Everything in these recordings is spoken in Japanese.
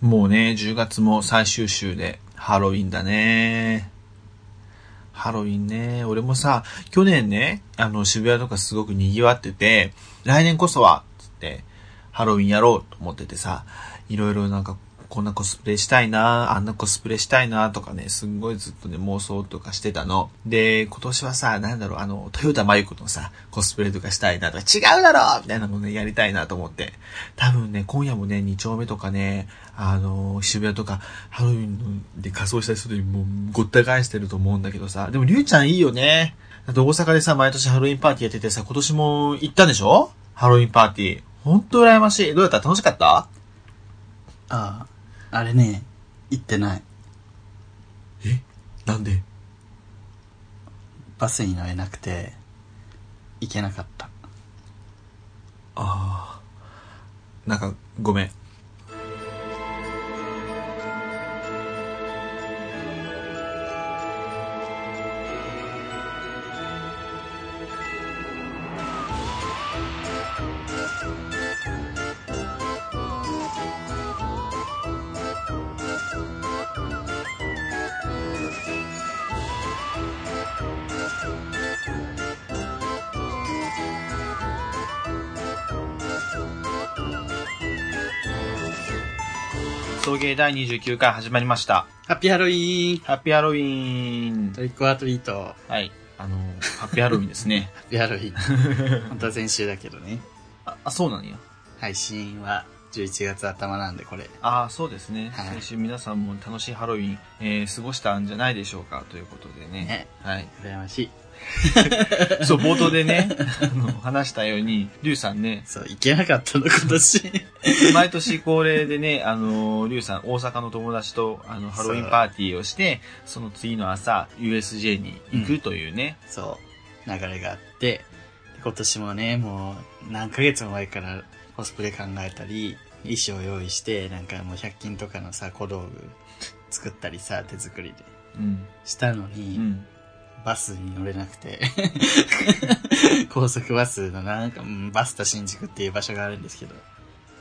もうね、10月も最終週でハロウィンだね。ハロウィンね。俺もさ、去年ね、あの、渋谷とかすごく賑わってて、来年こそは、つって、ハロウィンやろうと思っててさ、いろいろなんか、こんなコスプレしたいな、あんなコスプレしたいな、とかね、すんごいずっとね、妄想とかしてたの。で、今年はさ、なんだろう、あの、豊田真由子のさ、コスプレとかしたいな、とか、違うだろみたいなのね、やりたいなと思って。多分ね、今夜もね、2丁目とかね、あのー渋谷とか、ハロウィンので仮装した人でもうごった返してると思うんだけどさ。でも、りゅうちゃんいいよね。だって大阪でさ、毎年ハロウィンパーティーやっててさ、今年も行ったんでしょハロウィンパーティー。ほんと羨ましい。どうだった楽しかったああ、あれね、行ってない。なんでバスに乗れなくて、行けなかった。ああ。なんか、ごめん。送迎第29回始まりました。ハッピーハロウィーンハッピーハロウィーント。リックオアトリート。ハはい。あのー、ハッピーハロウィンですね。ッピーハロウィー ン。本当は先週だけどね。あ、あそうなんや。配信は11月頭なんでこれ。ああ、そうですね。はい先週皆さんも楽しいハロウィン、えー過ごしたんじゃないでしょうかということでね。ねはい。羨ましい。そう、冒頭で ね、あの、話したように、リュウさんね、そう、行けなかったの今 年。毎年恒例でね、あの、リュウさん、大阪の友達と、あの、ハロウィンパーティーをして、その次の朝、USJ に行くというね。そう、流れがあって、今年もね、もう何ヶ月も前からコスプレ考えたり、衣装用意して、なんかもう100均とかのさ、小道具作ったりさ、手作りでうん。したのうに、ん。バスに乗れなくて、 高速バスのなんか、うんバスタ新宿っていう場所があるんですけど、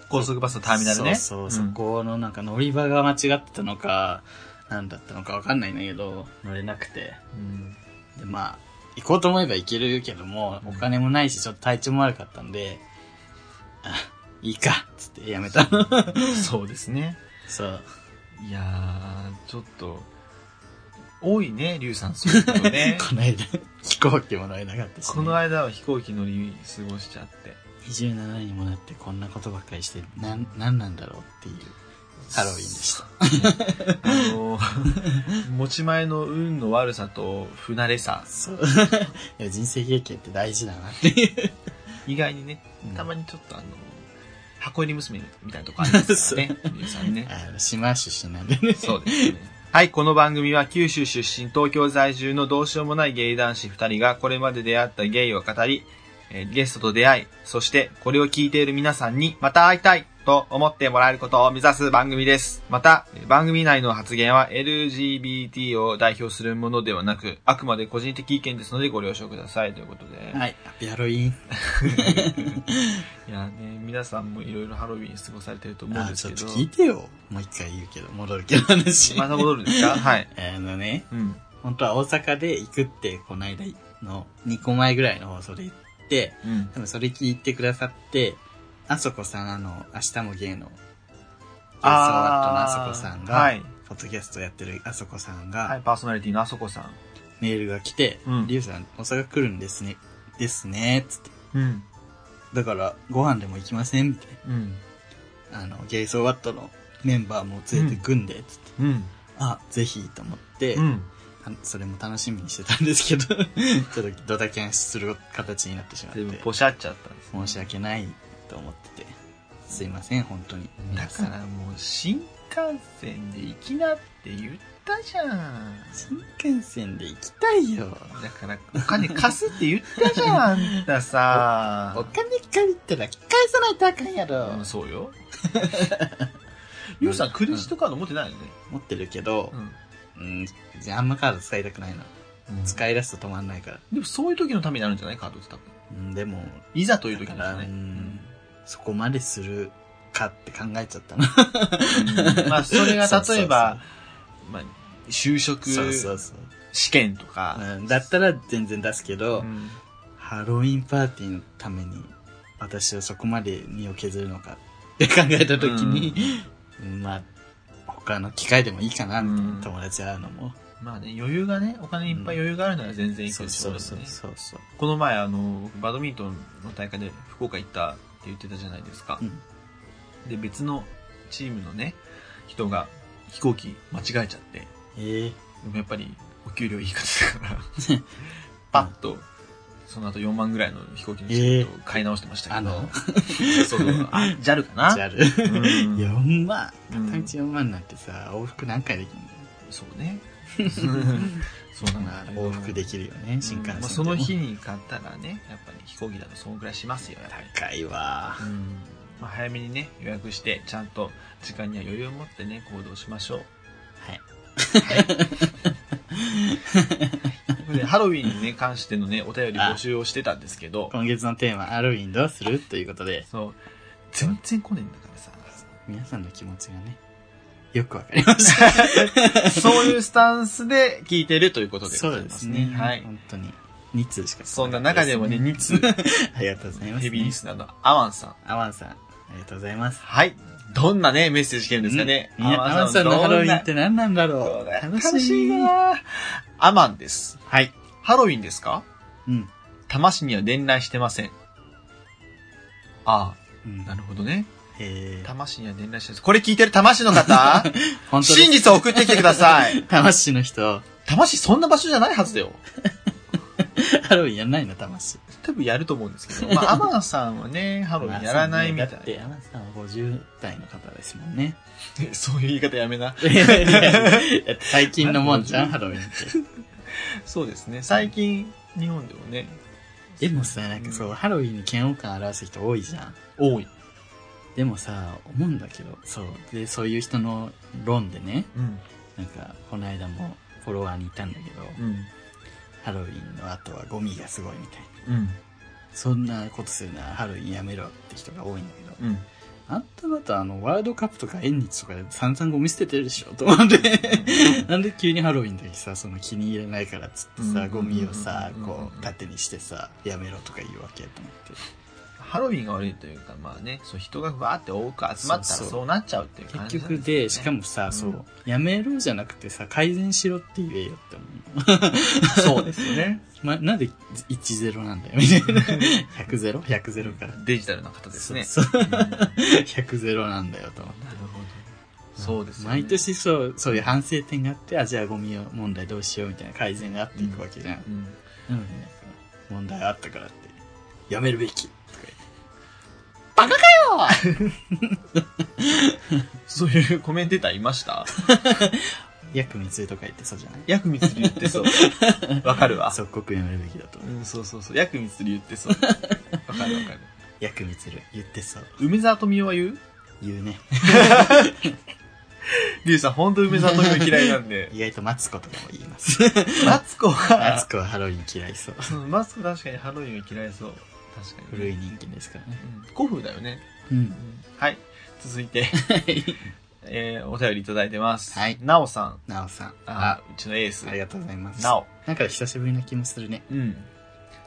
高速バスのターミナルね。そうそう、そこのなんか乗り場が間違ってたのか、なんだったのかわかんないんだけど、乗れなくて、うん。で、まあ、行こうと思えば行けるけども、うんお金もないし、ちょっと体調も悪かったんで、あ、いいか、つってやめたの。うんそうですね。そう。。いやー、ちょっと、多いね、リュウさん、そういうことね この間、飛行機も乗れなかったし、ね。この間は飛行機乗り過ごしちゃって。 27にもなってこんなことばっかりして、なん、なんなんだろうっていう、ハロウィンでした。あの、持ち前の運の悪さと不慣れさ、 そう。いや人生経験って大事だなっていう。意外にねうん、たまにちょっとあの、箱入り娘みたいなとこあります からね、皆さんね。あの、島出身なんで ね。そうですね。はい、この番組は九州出身、東京在住のどうしようもないゲイ男子2人がこれまで出会ったゲイを語り、えーゲストと出会い、そしてこれを聞いている皆さんにまた会いたいと思ってもらえることを目指す番組です。また、えー番組内の発言は LGBT を代表するものではなく、あくまで個人的意見ですのでご了承くださいということで。はい。ハッピーハロウィン。いやね、皆さんもいろいろハロウィン過ごされてると思うんあ、ですちょけっとど。聞いてよ。もう一回言うけど、戻るけど 話。また戻るんですかはい。 あのね、うん。本当は大阪で行くって、この間の2個前ぐらいの放送で言って、うん。多分それ聞いてくださって、あそこさん、あの、明日も芸あ能、ーあのあそこさんが、はいポッドキャストやってるあそこさんが、はい、パーソナリティのあそこさん。メールが来て、うんりゅうさん、大阪来るんですね、ですね、つって。うん。だから、ご飯でも行きませんみたいうん。な。あの、ゲイソーワットのメンバーも連れてくんで、つって。うん。あ、ぜひ、と思って、うん。たそれも楽しみにしてたんですけど、 ちょっとドタキャンする形になってしまってで。も、ポシャっちゃったんです。申し訳ないと思っててすいません本当にだ皆さかんらもう、新幹線で行きなって言ったじゃん。新幹線で行きたいよだから、お金貸すって言ったじゃん、あんたさ。 お金借りたら返さないとあかんやろうんそう よ。ゆうさん、クレジットカード持ってないよね。持ってるけどうん。うんじゃああんまカード使いたくないな使い出すと止まんないからでも、そういう時のためになるんじゃないカードって多分。うんでもいざというだ時かのらたうめね。んそこまでするかって考えちゃったな。 うんまあ、それがそうそうそう例えば、まあ、就職 そうそうそう。試験とか、うんだったら全然出すけど、うんハロウィンパーティーのために私はそこまで身を削るのかって考えた時に、まあ、他の機会でもいいかな、みたいな、うん友達会うのも。まあね、余裕がね、お金にいっぱい余裕があるなら全然いくでしょうね。そうそう。この前、あの、僕バドミントンの大会で福岡行ったって言ってたじゃないですかう。んで、別のチームのね、人が飛行機間違えちゃって、ええでもやっぱりお給料いい方だ から、パッと、その後4万ぐらいの飛行機のチケットを買い直してましたけど、えーあの そうそう、あ、JAL かなじゃある。う ん4万うん片道4万なんてさ、往復何回できるそう ね。そうの、なまんあ、だよ往復できるよね、新幹線でも、うんまあ、その日に買ったらね、やっぱり飛行機だとそのぐらいしますよ、やっぱり。高いわ。うんまあ、早めにね、予約して、ちゃんと時間には余裕を持ってね、行動しましょう。はい。という ことでハロウィンに、ね、関してのね、お便り募集をしてたんですけど、今月のテーマ、ハロウィンどうするということで、そう、全然来ねえんだからさ。皆さんの気持ちがね、よくわかり ました。そういうスタンスで聞いてるということでごそざいうまですすね。ね。はい。本当に。2通しかそんな中でもね、2通、ありがとうございます、ヘビーリスナーのアワンさん。アワンさん、ありがとうございます。はい。どんなね、メッセージ来てるんですかね。みんなアワンさんのハロウィンって何なんだどろんうな。楽楽ししいい。なアマンです。はい。ハロウィンですかうん。多摩市には伝来してません。あうんあ、なるほどね。え多ー、摩市には伝来してません。これ聞いてる多摩市の 方本当真に実を送ってきてください。魂の人、多摩市そんな場所じゃないはずだよ。ハロウィンやんないの、魂。多分やると思うんですけど。まあ、アマンさんはね、ハロウィンやらないみたいだって、アワンさんは50代の方ですもんね。な。 そういう言い方やめな。最近のもんじゃん、 ハロウィンっそうですね。最近、日本でもね、て。でもさ、なんかそう、ハロウィンに嫌悪感表す人多いじゃん。多い。でもさ、思うんだけど、そう。で、そういう人の論でね、うん。なんか、この間もフォロワーにいたんだけど、うん。ハロウィンの後はゴミがすごいみたいな。うん。そんなことするならハロウィンやめろって人が多いんだけど、うん。あんた方あの、ワールドカップとか縁日とかで散々ゴミ捨ててるでしょと 思って、なんで急にハロウィンだけさ、その気に入らないからっつってうさ、んゴミをさう、んこう、縦にしてさ、やめろとか言うわけと思って。ハロウィンが悪いというか、まあね、そう人がわーって多く集まったらそうそうそうなっちゃうっていう感じ結局で、しかも。もさ、そううんう、やめろじゃなくてさ、改善しろって言えよって思うその。うですよね。ま、なんで10なんだよみたいな。100-0?100 ゼロから。 デジタルな方ですね。そうそううんなるほど。 100ゼロなんだよと思って。そうですよね毎。年そう、そういう反省点があって、あ、じゃあゴミ問題どうしようみたいな改善があっていくわけじゃん。うんなのになんか、問題あったからって、やめるべきとか言って。バカかよそういうコメンテーターいま した薬味つとか言ってそうじゃない薬味つる言ってそう。 わかるわ。即刻やめるべきだとう。ん、そうそうそう。薬味つる言って そう。わかるわかる。薬味つる、言ってそう。梅沢富美男は言う言うね。リュウさん、ほんと梅沢富美男嫌いなんで。意外とマツコとかも言い ます。マツコ マはツ、コはハロウィン嫌いそう。うんマツコ確かにハロウィンは嫌いそう。確かに。古い人間ですからね。うん。古風だよね。うん。はい。続い て、えー、お便りいただいてます。はいなおさん。なおさん。ああ、、うちのエース。ありがとうございます。なお。なんか久しぶりな気もするね。うん。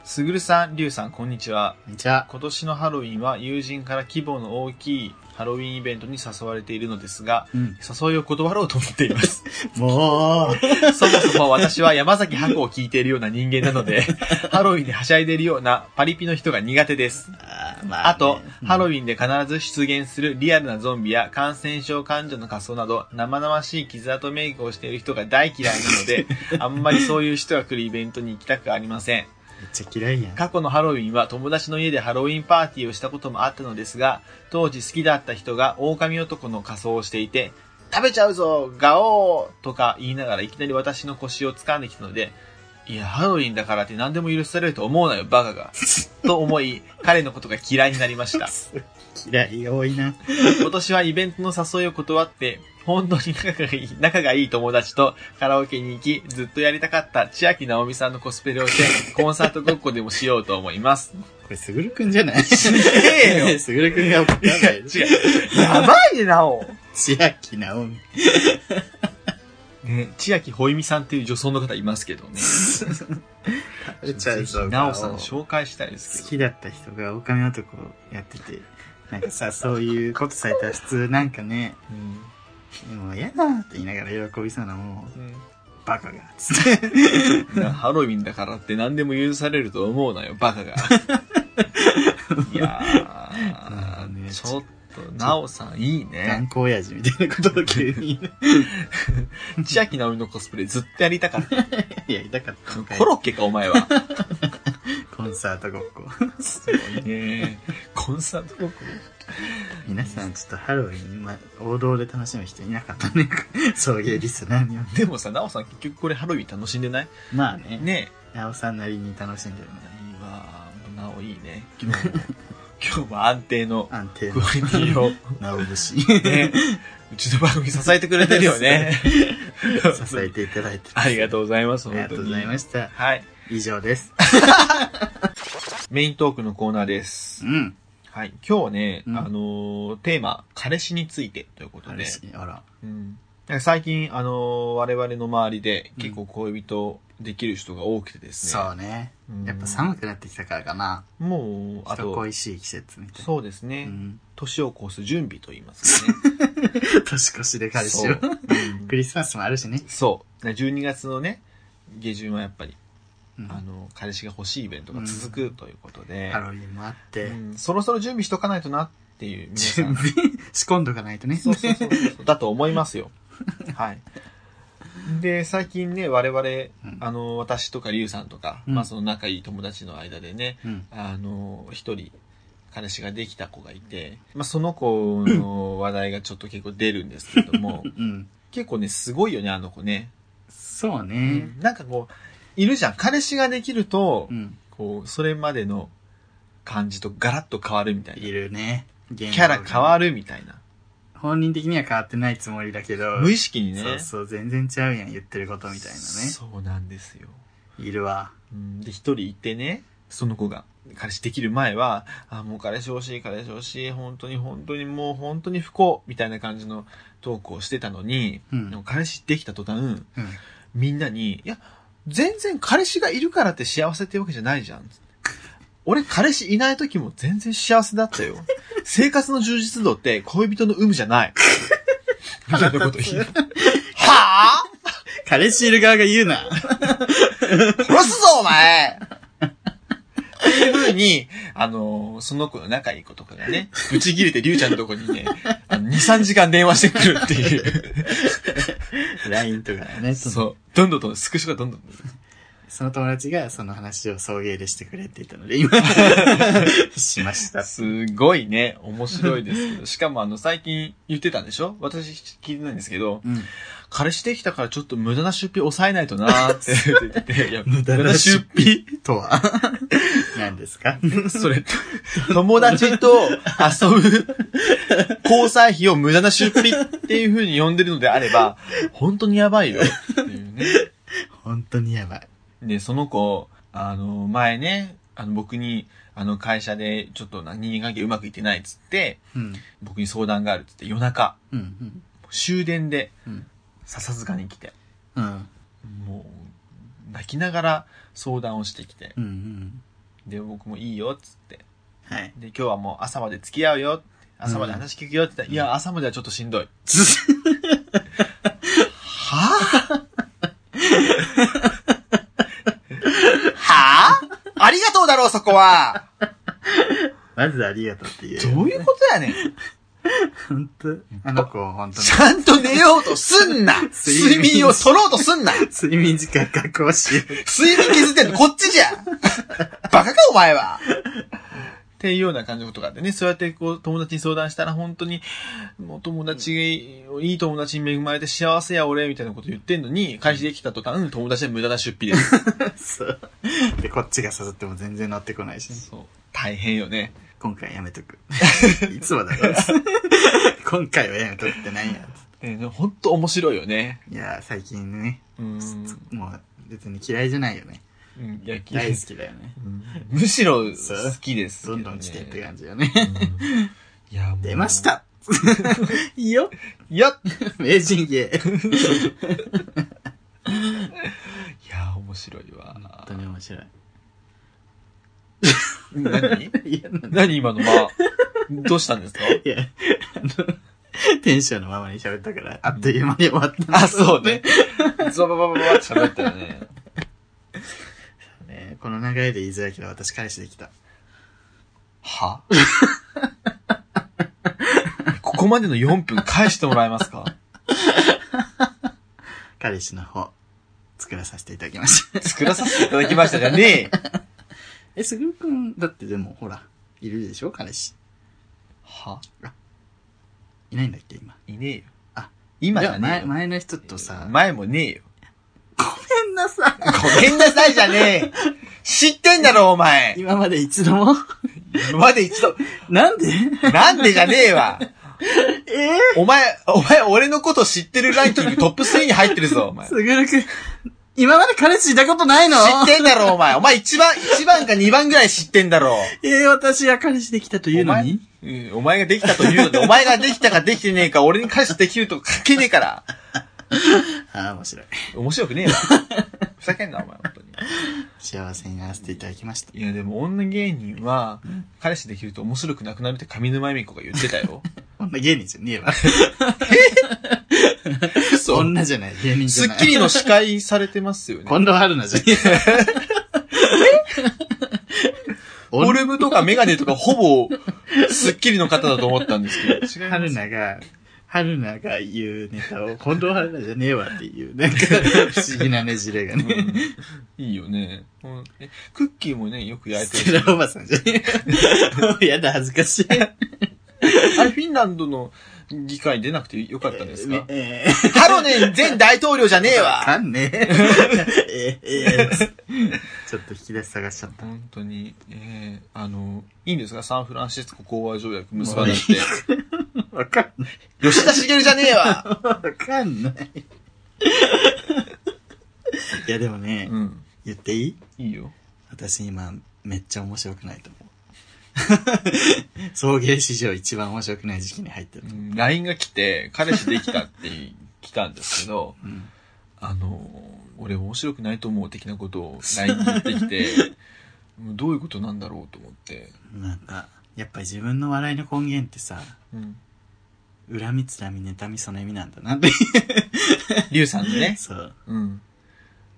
すぐるさん、りゅうさん、こんにちは。じゃあ、今年のハロウィンは友人から規模の大きいハロウィンイベントに誘われているのですが、うん。誘いを断ろうと思ってい ます。もう、 そもそも私は山崎箱を聞いているような人間なの で、ハロウィンではしゃいでいるようなパリピの人が苦手です。あーまあと、ハロウィン。ィンで必ず出現するリアルなゾンビや感染症患者の仮装など、生々しい傷跡メイクをしている人が大嫌いなので、あんまりそういう人が来るイベントに行きたくありません。めっちゃ嫌いやん。過去のハロウィンは友達の家でハロウィンパーティーをしたこともあったのですが、当時好きだった人が狼男の仮装をしていて、食べちゃうぞガオーとか言いながらいきなり私の腰を掴んできたので、いや、ハロウィンだからって何でも許されると思うなよ、バカが。と思い、彼のことが嫌いになりました。嫌いが多いな。今年はイベントの誘いを断って、本当に仲がいい、仲がいい友達とカラオケに行き、ずっとやりたかった千秋直美さんのコスプレをして、コンサートごっこでもしようと思います。これ、 すぐるくんじゃないすげえよ すぐるくんがわかんいなや、違い。う。やばいね、なお。千秋直美。ね、千秋ほいみさんっていう女装の方いますけどね。なおさん紹介したいです好けど。きだった人が狼男やってて、なんかさ、そういうことされたら普通なんかね、うんもう嫌だって言いながら喜びそうなもう、バカが、つって。なハロウィンだからって何でも許されると思うなよ、バカが。いやまあねー、ちょっと、なおさんいいね頑。固親父みたいなことだけ急に。千秋直美のコスプレずっとやりたかった。いや、痛かったのかいコロッケか、お前 は。コンサートごっこ。すごいね。コンサートごっこ皆さん、ちょっとハロウィン、ま、王道で楽しむ人いなかったね。送迎リスナーには。でもさ、なおさん結局これハロウィン楽しんでないまあね、ねなおさんなりに楽しんでるのえね。。いいわー。なおいいね。今日も、今日も安定の安定クのオリティを。なお節。ね、うちの番組支えてくれてるよね。支えていただいて。ありがとうございます、ありがとうございましした。はい。以上です。メイントークのコーナーでうす。ん。はい。今日はね、うんあのーテーマ、彼氏についてということで。嬉しい。あら。うん。なんか最近、あのー我々の周りで結構恋人できる人が多くてですね。そうね。うんやっぱ寒くなってきたからかな。もう、あ人と、恋しい季節みたいな。そうですね。うん。年を越す準備と言いますかね。年越しで 彼氏をそう。うんクリスマスもあるしね。そう。12月のね、下旬はやっぱりうんあの、彼氏が欲しいイベントが続くということでハ、ロウィンもあっうて。んそろそろ準備しとかないとなっていう、皆さ準ん。備仕込んどかないとね。そうそうそうそう。だと思いますよ。はい。で、最近ね、我々、うんあの、私とかリュウさんとか、うんまあその仲いい友達の間でね、うん。あの、一人、彼氏ができた子がいて、まあその子の話題がちょっと結構出るんですけど も、うん。結構ね、すごいよね、あの子ね。そうね。なんかこう、いるじゃん。彼氏ができると、うん。こう、それまでの感じとガラッと変わるみたいいな。るね。キキャラ変わるみたいな。本人的には変わってないつもりだけど。無意識にね。そうそう、全然ちゃうやん、言ってることみたいなね。そうなんですよ。いるわ。うんで、一人いてね、その子が、彼氏できる前は、あ、もう彼氏欲しい、彼氏欲しい、本当に本当にもう本当に不幸、みたいな感じのトークをしてたのに、うんでも彼氏できた途端、うん。みんなに、いや、全然彼氏がいるからって幸せってわけじゃないじゃん。俺、彼氏いない時も全然幸せだった よ。生活の充実度って恋人の有無じゃない。みたいなこと言いながらは彼氏いる側が言うな。ぁ殺すぞ、お前っていう風に、あのーその子の仲いい子とかがね、ぶち切れてりゅうちゃんのとこにね、あの2、3時間電話してくるっていう。 LINE とかね。そう。どんどんどんどん、スクショがどんどんどんどん。その友達がその話を送迎でしてくれって言ったの で、今、しました。すごいね、面白いですけど。しかもあの、最近言ってたんでしょ私聞いてないんですけど、うん。彼氏できたからちょっと無駄な出費抑えないとなーって言ってて、いや、 無無駄駄なな出出費と は何ですかそれ、 友達と遊ぶ交際費を無駄な出費っていう風に呼んでるのであれば、本当にやばいよっていうね。本当にやばい。で、その子、あの、前ね、あの、僕に、あの、会社でちょっとな人間関係うまくいってないっつって、うん。僕に相談があるっつって夜中、うん。終電でうん。笹塚に来て、うん。もう、泣きながら相談をしてきて、うん。うん。で、僕もいいよ、っつって。はい。で、今日はもう朝まで付き合うよ、朝まで話聞くよって言ったら、いや、朝まではちょっとしんどい。はぁはぁありがとうだろう、そこはまずありがとうっていう。どういうことやねん本当あの子、本当にち。ゃんと寝ようとすんな睡眠を取ろうとすんな睡眠時間確保しよう。 睡眠削ってんのこっちじゃんバカかお前はっていうような感じのことがあってね、そうやってこう友達に相談したら本当に、もう友達がいい、いい友達に恵まれて幸せや俺みたいなこと言ってんのに、開始できた途端、うん友達は無駄な出費です。そう。で、こっちが誘っても全然乗ってこないし、ね、そう。大変よね。今回やめとく。 いつもだ ろ。今回はやめとくってなんや。えー、ほんと面白いよね。いやー、最近ね、うん。もう別に嫌いじゃないよね。うん、野球大好きだよね。うんむしろ好きですけどね、んどん来てって感じだよね。うんいや、もう 出ましたいいよいや名人芸いや、面白い本わ当。に面白い。何いや、なん何今のまあ、どうしたんですかいや、あの、テンションのままに喋ったから、あっという間に終わった。あ、そうね。ズバババババって喋ったよね。ね。この流れで言いづらいけど、私彼氏できた。はここまでの4分返してもらえますか彼氏の方、作らさせていただきました。作らさせていただきましたじゃねえ。 え、すぐくん、だってでも、ほら、いるでしょ彼氏。はいないんだっけ今。いねえよ。あ、今じじゃゃねえ前、よ。前の人とさ、前もねえよ。ごめんなさい。ごめんなさいじゃねえ。知ってんだろ、お前。今まで一度 も今まで一度、なんでなんでじゃねえわ。ええお前、お前、俺のこと知ってるランキングトップ3に入ってるぞ、お前。知すぐるくん、今まで彼氏いたことないのってんだろ、お前。お前一番、一番か二番ぐらい知ってんだろ。ええ私が彼氏できたというのにお前うん、お前ができたというので、お前ができたかできてねえか、俺に返してできるとかけねえから。ああ、面白い。面白くねえわ。ふざけんな、お前、本当に。幸せにならせていただきました。いや、でも女芸人は、彼氏できると面白くなくなるって上沼恵美子が言ってたよ。女芸人じゃねえ わ。嘘女じゃない、芸人じスゃなッい。キリの司会されてますよね。今度は春菜じゃねえわ。フォルムとかメガネとかほぼ、スッキリの方だと思ったんですけど。違います春菜が、春菜が言うネタを、近藤春菜じゃねえわっていう、なんか、不思議なねじれがうね。んいいよね。うんえクッキーもね、よく焼いてスるテラおばさんじゃねえわ。もうやだ、恥ずかしい。 あれ、フィンランドの議会に出なくてよかったんですか、ええー ハロネン前大統領じゃねえわわかん ねえ。ええええちょっと引き出し探しちゃった。本当に、えー、あの、いいんですかサンフランシスコ講和条約結ばなくて。わかんない。 吉田茂じゃねえわわかんない。いや、でもね、うん。言っていいいいよ。私今、めっちゃ面白くないと思う。送迎史上一番面白くない時期に入ってるう。ん LINE が来て、彼氏できたって来たんですけど、うんあの、俺面白くないと思う的なことを LINE に言って きて、もうどういうことなんだろうと思って。なんか、やっぱり自分の笑いの根源ってさ、 うん。恨みつらみ妬みその意味なんだなって。リュウさんのね。そう。うん。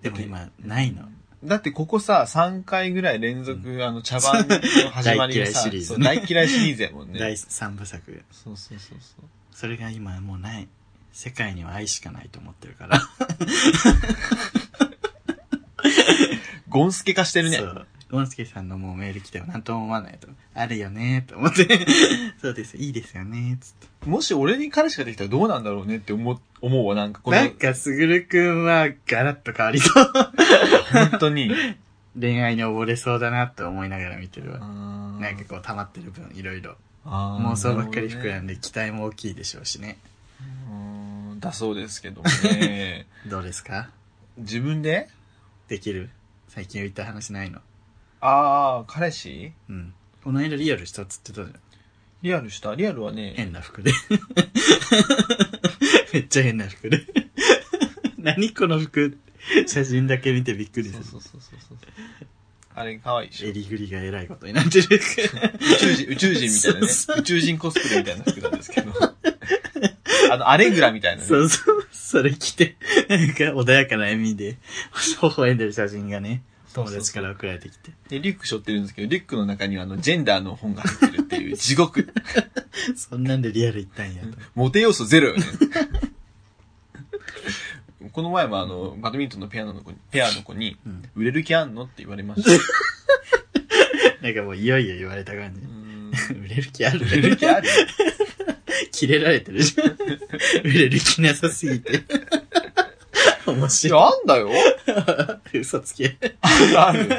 でも今、ないの。だってここさ、3回ぐらい連続、あの、茶番の始まりがさ、 大嫌いシリーズそねう大嫌いシリーズやもんね。第3部作。そうそうそうそう。それが今もうない。世界には愛しかないと思ってるから。ゴンスケ化してるねそ。う。ゴンスケさんのもうメール来ても何とも思わないと。あるよねーと思って。 そうです。いいですよねーつって。もし俺に彼氏ができたらどうなんだろうねって思う、思うわ、なんかこの、なんか、すぐるくんはガラッと変わりそう。 本当に。恋愛に溺れそうだなって思いながら見てるわ。ななんかこう溜まってる分、いろいろ。妄妄想ばっかり膨らんで期待も大きいでしょうしね。だそうですけども ね。どうですか自分でできる最近言った話ないのああ、彼氏うん。この間リアルしたっつってたじゃん。リアルしたリアルはね、変な服で。 めっちゃ変な服で。 何この服写真だけ見てびっくりそうすそうそうそうそう。あれ、可愛いでしる。ょ襟ぐりが偉いことにな ってる。宇宙人、宇宙人みたいなねそうそ。う宇宙人コスプレみたいな服なんですけど。 あの、アレグラみたいなね。そうそう。それ着て、なんか穏やかな笑みで、微笑んでる写真がね、そう友そう達そうから送られてきて。で、リュック背負ってるんですけど、リュックの中にはあの、ジェンダーの本が入ってるっていう 地獄。そんなんでリアル行ったんやと。モテ要素ゼロよね。 この前もあの、バドミントンのペアの子に、ペアの子に、うん 売れる気あんのって言われました。なんかもういよいよ言われた感じ。うん売れる気ある売れる気ある 切れられてるじ ゃん。売れる気なさすぎて。面白なんだ よい。嘘つけ。ある。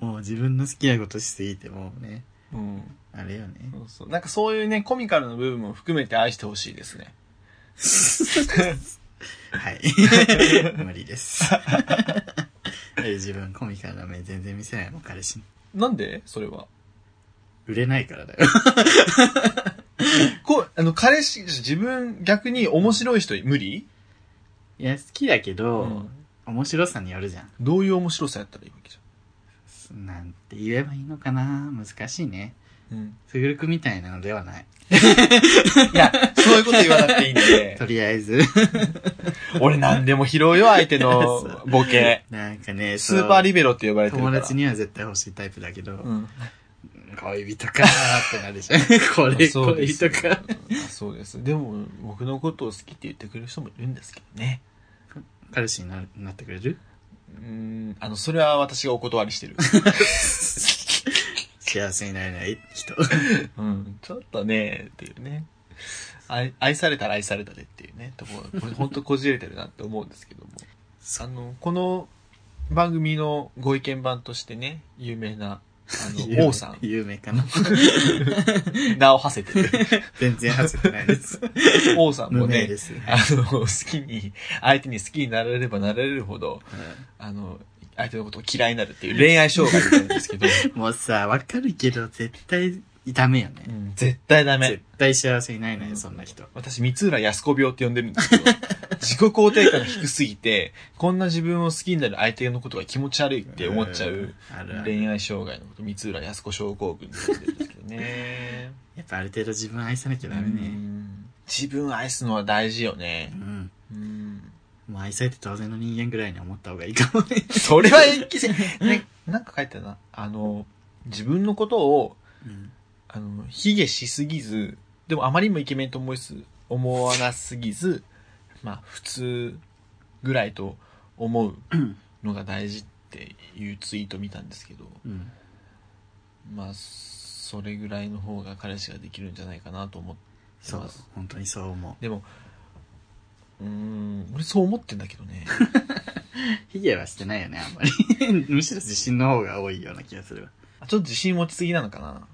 もう自分の好きなことしすぎて、もうね、うん。あれよね。そうそう。なんかそういうね、コミカルな部分も含めて愛してほしいです ね。 はい。無理です。え自分コミカルな目全然見せないもん、彼氏に。なんでそれは。売れないからだよ。こう、あの、彼氏、自分逆に面白い人無理いや、好きだけど、うん面白さによるじゃん。どういう面白さやったらいいわけじなんて言えばいいのかな難しいね。ゃん。うん。すぐるくみたいなのではない。いや、そういうこと言わなくていいんで と。りあえず。俺何でも拾うよ、相手のボケ。なんかね、スーパーリリベロって呼ばれてるか友ら。達には絶対欲しいタイプだけど、うん。恋人かーってなるじゃん。こ れ、そう恋です人か。そうです。でも、僕のことを好きって言ってくれる人もいるんですけどね。彼氏にななってくれるうーん、あの、それは私がお断りしてる。幸せになれない人。うん、ちょっとね、っていうね。愛愛されたら愛されたでっていうね、とこ ろ、これほんとこじれてるなって思うんですけども。あの、この番組のご意見番としてね、有名な、あの、王さん、 有名かな 名を馳せてる。全然外せてないです。王さん 無も名ねで、す。あの、好きに、相手に好きになられればなられるほど、あの、相手のことを嫌いになるっていう恋愛障害なんですけ ど、もうさ、わかるけど、絶対、ダメよねう。ん絶対ダメ絶。対幸せになれなうい、んそんな人。。私、三浦康子病って呼んでるんですけど、自己肯定感が低すぎて、こんな自分を好きになる相手のことが気持ち悪いって思っちゃうんあるある。恋愛障害のこと、三浦康子症候群って呼んでるんですけどね。やっぱある程度自分愛さなきゃダメうね。ん自分を愛すのは大事よねう。ん。うんもう愛されて当然の人間ぐらいに思った方がいいかもね。それは延 期せ、ね、なんか書いてたな。あの、自分のことを、うん。あの、卑下しすぎず、でもあまりにもイケメンと思いす、思わなすぎず、まあ、普通ぐらいと思うのが大事っていうツイート見たんですけど、うん。まあ、それぐらいの方が彼氏ができるんじゃないかなと思ってそまうす。、本当にそう思でも、うーん、俺そう思ってんだけど ね。う。ヒゲはしてないよね、あんまり。 むしろ自信の方が多いような気がするわ。あちょっと自信持ちすぎなのかな。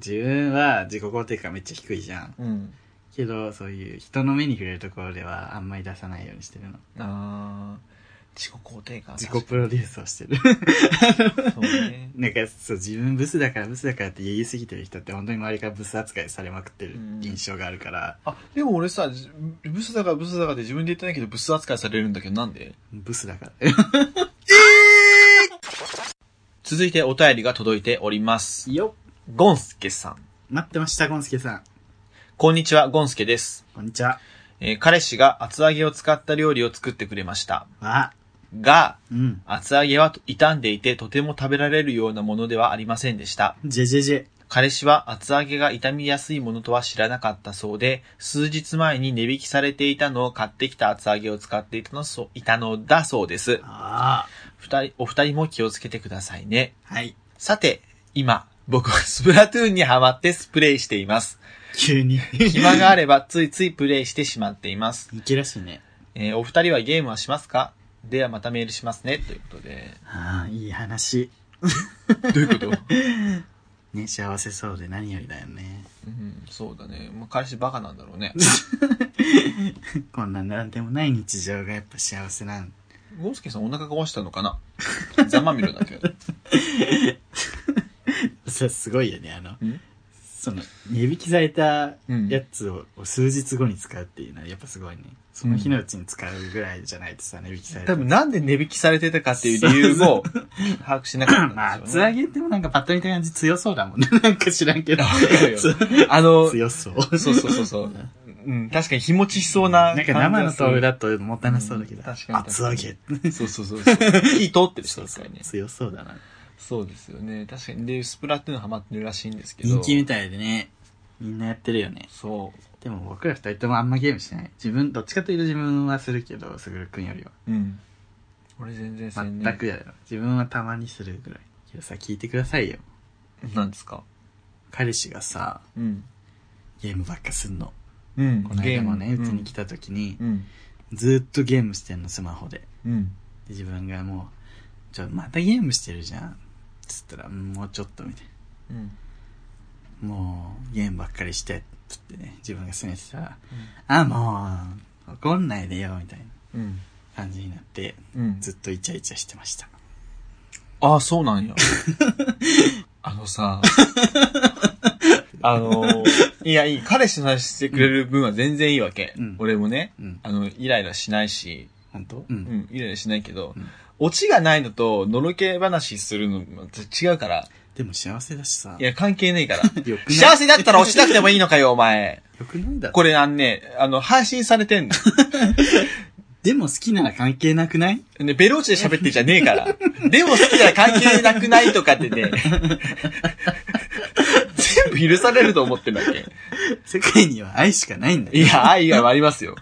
自分は自己肯定感めっちゃ低いじゃん。うん。けど、そういう人の目に触れるところではあんまり出さないようにしてるの。あー自己肯定感。自己プロデュースをしてる。 そうね。なんか、そう、自分ブスだからブスだからって言い過ぎてる人って本当に周りからブス扱いされまくってるうん印象があるから、あ、でも俺さ、じブスだからブスだからって自分で言ってないけど、ブス扱いされるんだけど、なんでブス だから。続いてお便りが届いております。よっゴンスケさん。待ってました、ゴンスケさん。こんにちは、ゴンスケです。こんにちは。えー彼氏が厚揚げを使った料理を作ってくれました。わ、が、うん。厚揚げは傷んでいてとても食べられるようなものではありませんでした。ジェジェジェ。彼氏は厚揚げが傷みやすいものとは知らなかったそうで、数日前に値引きされていたのを買ってきた厚揚げを使っていたのそういたのだそうです。ああ。二人、お二人も気をつけてくださいね。はい。さて、今、僕は スプラトゥーンにハマってスプレイしてい ます。急に。 暇があればついついプレイしてしまっています。いけらしいね。えーお二人はゲームはしますかではまたメールしますね。ということで。ああ、いい話。どういうこと、ね、幸せそうで何よりだよね。 うん、そうだね。まあ、彼氏バカなんだろうね。こんななんでもない日常がやっぱ幸せなん。ゴンスケさんお腹壊したのか なざまみろだけど。さ、すごいよね、あの、うんその、値引きされたうんやつを数日後に使うっていうのはやっぱすごいね。その日のうちに使うぐらいじゃないとさ、値引きされた。多分なんで値引きされてたかっていう理由も把握しなかっまたあ、んです厚よ揚ね。げってもなんかパッと見た感じ強そうだもんね。 なんか知らん けど。かるよそうあ の、強そう。そうそうそうそう。うん、確かに日持ちしそうななん感じかはする。生の豆腐だともったいなそうだけうどん。確かに厚揚げ。そうそうそう そう。火通ってるし、そう確そかうにね。強そうだな。そうですよね。確かに。で、スプラトゥーンハマってるらしいんですけど。人気みたいでね。みんなやってるよね。そでも僕ら二人ともあんまゲームしない。自分、どっちかというと自分はするけど、すぐるくんよりは。う。うん。俺全然せんね全くやだな。自分はたまにするぐらい。けどさ、聞いてくださいよ。なんですか彼氏がさ、うん。ゲームばっかすんの。うん。この間もね、ゲーうムちに来た時にう、ん。ずーっとゲームしてんの、スマホで。でうん。自分がもう、ちょ、またゲームしてるじゃん。つったら、うんもうちょっと、みたいうん。な。もう、ゲームばっかりして、つってね、自分が勧めてたら、あ、もう、怒んないでよ、みたいなうん。感じになって、うん。ずっとイチャイチャしてました。ああ、そう なんや。あのさ、あの、いや、いい。彼氏の話してくれる分は全然いいわけ。うん俺もね、うん。あの、イライラしないし、本当う。うんん、イライラしないけど、うんオチがないのと、のろけ話するの、違うから。でも幸せだしさ。いや、関係ねえから。 よくない幸せだったら落ちなくてもいいのか よ、お前。よくないだろ。これ、あのね、あの、配信されてんの。でも好きなら関係なくないね、ベローチで喋ってんじゃねえ から。でも好きなら関係なくないとかってね。全部許されると思ってんだっけ世界には愛しかないんだいよ。や、愛以外もありますよ。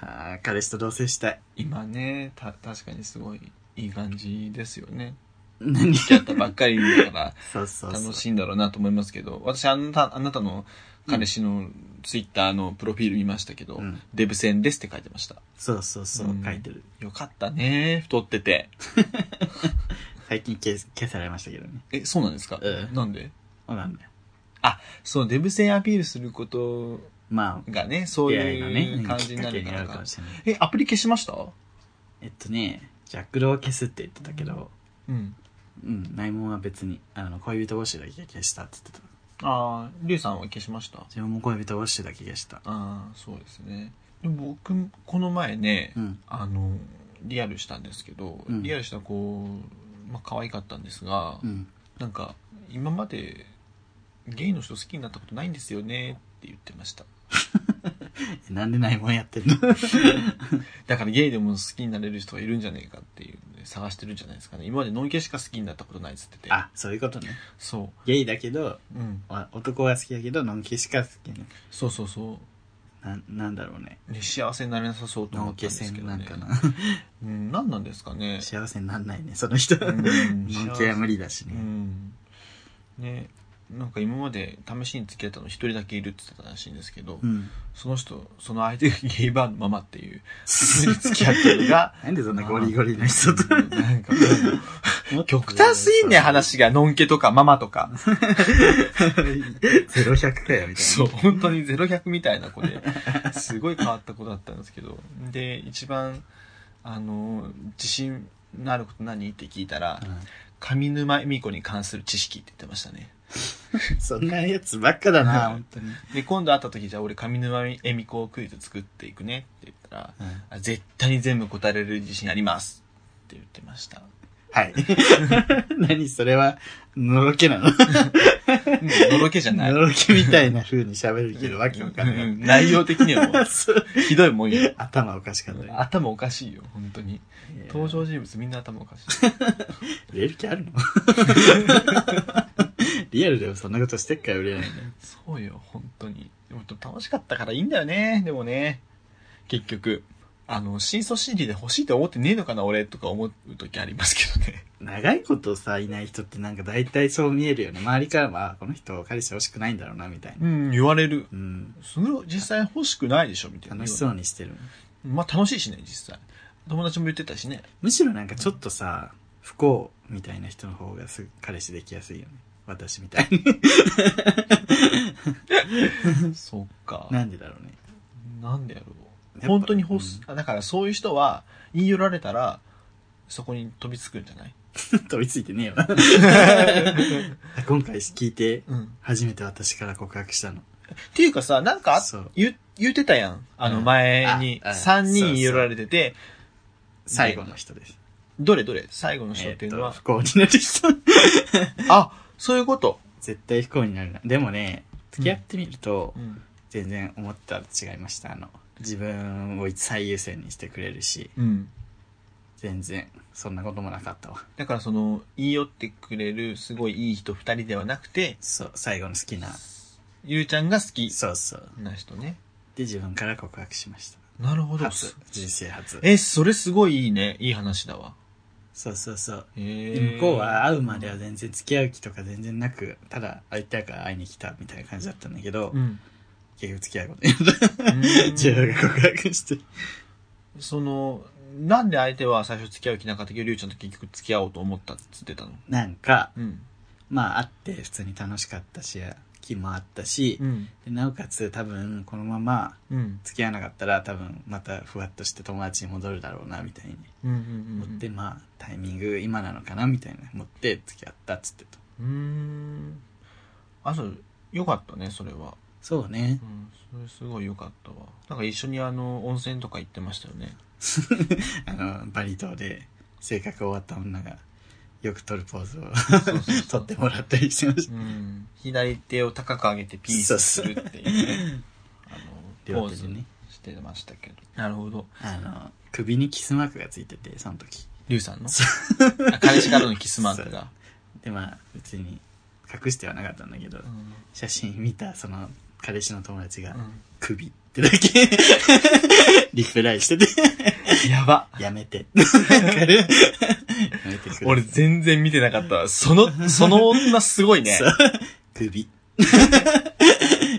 あー彼氏と同棲したい。今ね、た、確かにすごいいい感じですよね。何やったばっかりだから、そうそうそう楽。しいんだろうなと思いますけど、私、あなた、あなたの彼氏のツイッターのプロフィール見ましたけど、うんデブ戦ですって書いてました。そうそうそう、うん書いてる。よかったね、太ってて。最近消す消されましたけどね。え、そうなんですか、ええなんでそうなんだよ。そのデブ戦アピールすることまあ、がね、そう出会いがね、いう感じになきっるかかけにならるかかも。しれない。え、アプリ消しましたえっとね、ジャックロを消すって言ってたけど、うん。うん、内門は別に、あの、恋人募集だけ消したって言ってた。ああ、リュウさんは消しましたあ自分も恋人募集だけ消した。あー、そうですね。でも僕、この前ね、うん。あの、リアルしたんですけど、うんリアルした子、まあ、可愛かったんですが、うん。なんか、今まで、ゲイの人好きになったことないんですよねって言ってました。えなんで内門やってん のだからゲイでも好きになれる人がいるんじゃねえかっていうね、探してるんじゃないですかね。今までノンケしか好きになったことないっつってて。あ、そういうことね。そゲイだけど、う。うん。わ男は好きだけど、のんきしか好きね。そうそうそな、なんだろうね。う。ね、幸せになれなさそうとの思んったんきですけ線ど、なね。んかな。うん、何なんですかね。幸せになんないね、その人。うのんんきは無理だしうね。ん。ね、なんか今まで試しに付き合ったの一人だけいるって言ってたらしいんですけど、うん。その人、その相手がゲイバーのママっていう、普通に付き合ってるのが、なんでそんなゴリゴリの人と。うんなんか、極端すぎんねん、。話が。のんけとかママとか。ゼロ百かよ、みたいな。そう、本当に0100みたいな子で、すごい変わった子だったんですけど、で、一番、あの、自信のあること何って聞いたら、上沼恵美子に関する知識って言ってましたね。うんそんなやつばっかだな、うん本当に。で、今度会った時、じゃあ俺上沼恵美子クイズ作っていくねって言ったら、あ絶対に全部答えられる自信ありますって言ってました。 はい。何それは、のろけなのうんのろけじゃない。のろけみたいな風に喋るけど、わけわかんうない。ん内容的にはもう、そう ひどいもんよ。 頭おかしかったよ。頭おかしいよ、本当に。登場人物みんな頭おかしい。 売れる気あるの リアルでもそんなことしてっから売れないんだよそうよ、本当に。でも楽しかったからいいんだよね、でもね。結局。あの、真相心理で欲しいと思ってねえのかな、俺、とか思う時ありますけどね。長いことさ、いない人ってなんか大体そう見えるよね。周りからは、あこの人彼氏欲しくないんだろうな、みたい な。うん、言われる。うん。それ実際欲しくないでしょ、みたいな。楽しそうにしてる。まあ楽しいしね、実際。友達も言ってた しね。むしろなんかちょっとさ、不幸みたいな人の方がすぐ彼氏できやすいよね。私みたいに。そっか。なんでだろうね。なんでやろやっう。ぱ本当に欲す、あだからそういう人は、言い寄られたら、そこに飛びつくんじゃない飛びついてねえ わ。今回聞いて、うん。っ初めて私から告白したの。ていうかさ、なんかあそう言う、言ってたやん。あのうん前に、ああ3人そうそう言い寄られてて、最後の人です。どれどれ最後の人えっっていうのと、は不、幸になる人。あ、そういうこと。絶対不幸になるな。でもね、付き合ってみると、うん。全然思ったのと違いましたあの自分を最優先にしてくれるし全然そんなこともなかったわだからその、言い寄ってくれる、すごいいい人2人ではなくて、そう最後の好きなゆうちゃんが好きそうそうな人ね。で自分から告白しましたなるほど。初人生初え、それすごいいいね。いい話だわ。そうそうそう。で向向こうは会うまでは全然付き合う気とか全然なく、ただ会いたいから会いに来たみたいな感じだったんだけど、うん、結局付き合うことになった。 自分が告白して。そのなんで相手は最初付き合う気なかったけどりゅうちゃんと結局付き合おうと思ったっつってたのなんか、うんまあ会って普通に楽しかったし、気もあったし、うんでなおかつ多分このままうん付き合わなかったら多分またふわっとして友達に戻るだろうなみたいにうんうん思って、まあタイミング今なのかなみたいな思って付き合ったっつってたうんうんあそうよかったねそれはそうねうんそれすごいよかったわなんか一緒にあの温泉とか行ってましたよねあのバリ島で性格終わった女がよく撮るポー ズをそうそうそ撮うってもらったりしてましうん、左手を高く上げてピースするっていうねあそうのポ両手ーズでねしてましたけど、なるほどたあの首にキスマークがついててその時リュウさんのそあ彼氏からのキスマーク が、でまあ別に隠してはなかったんだけうどん写真見たその彼氏の友達がうん「首」ってだけ リプライしててやばやめ て。やめてくれ。俺全然見てなかったわその、その女すごいね。そう首。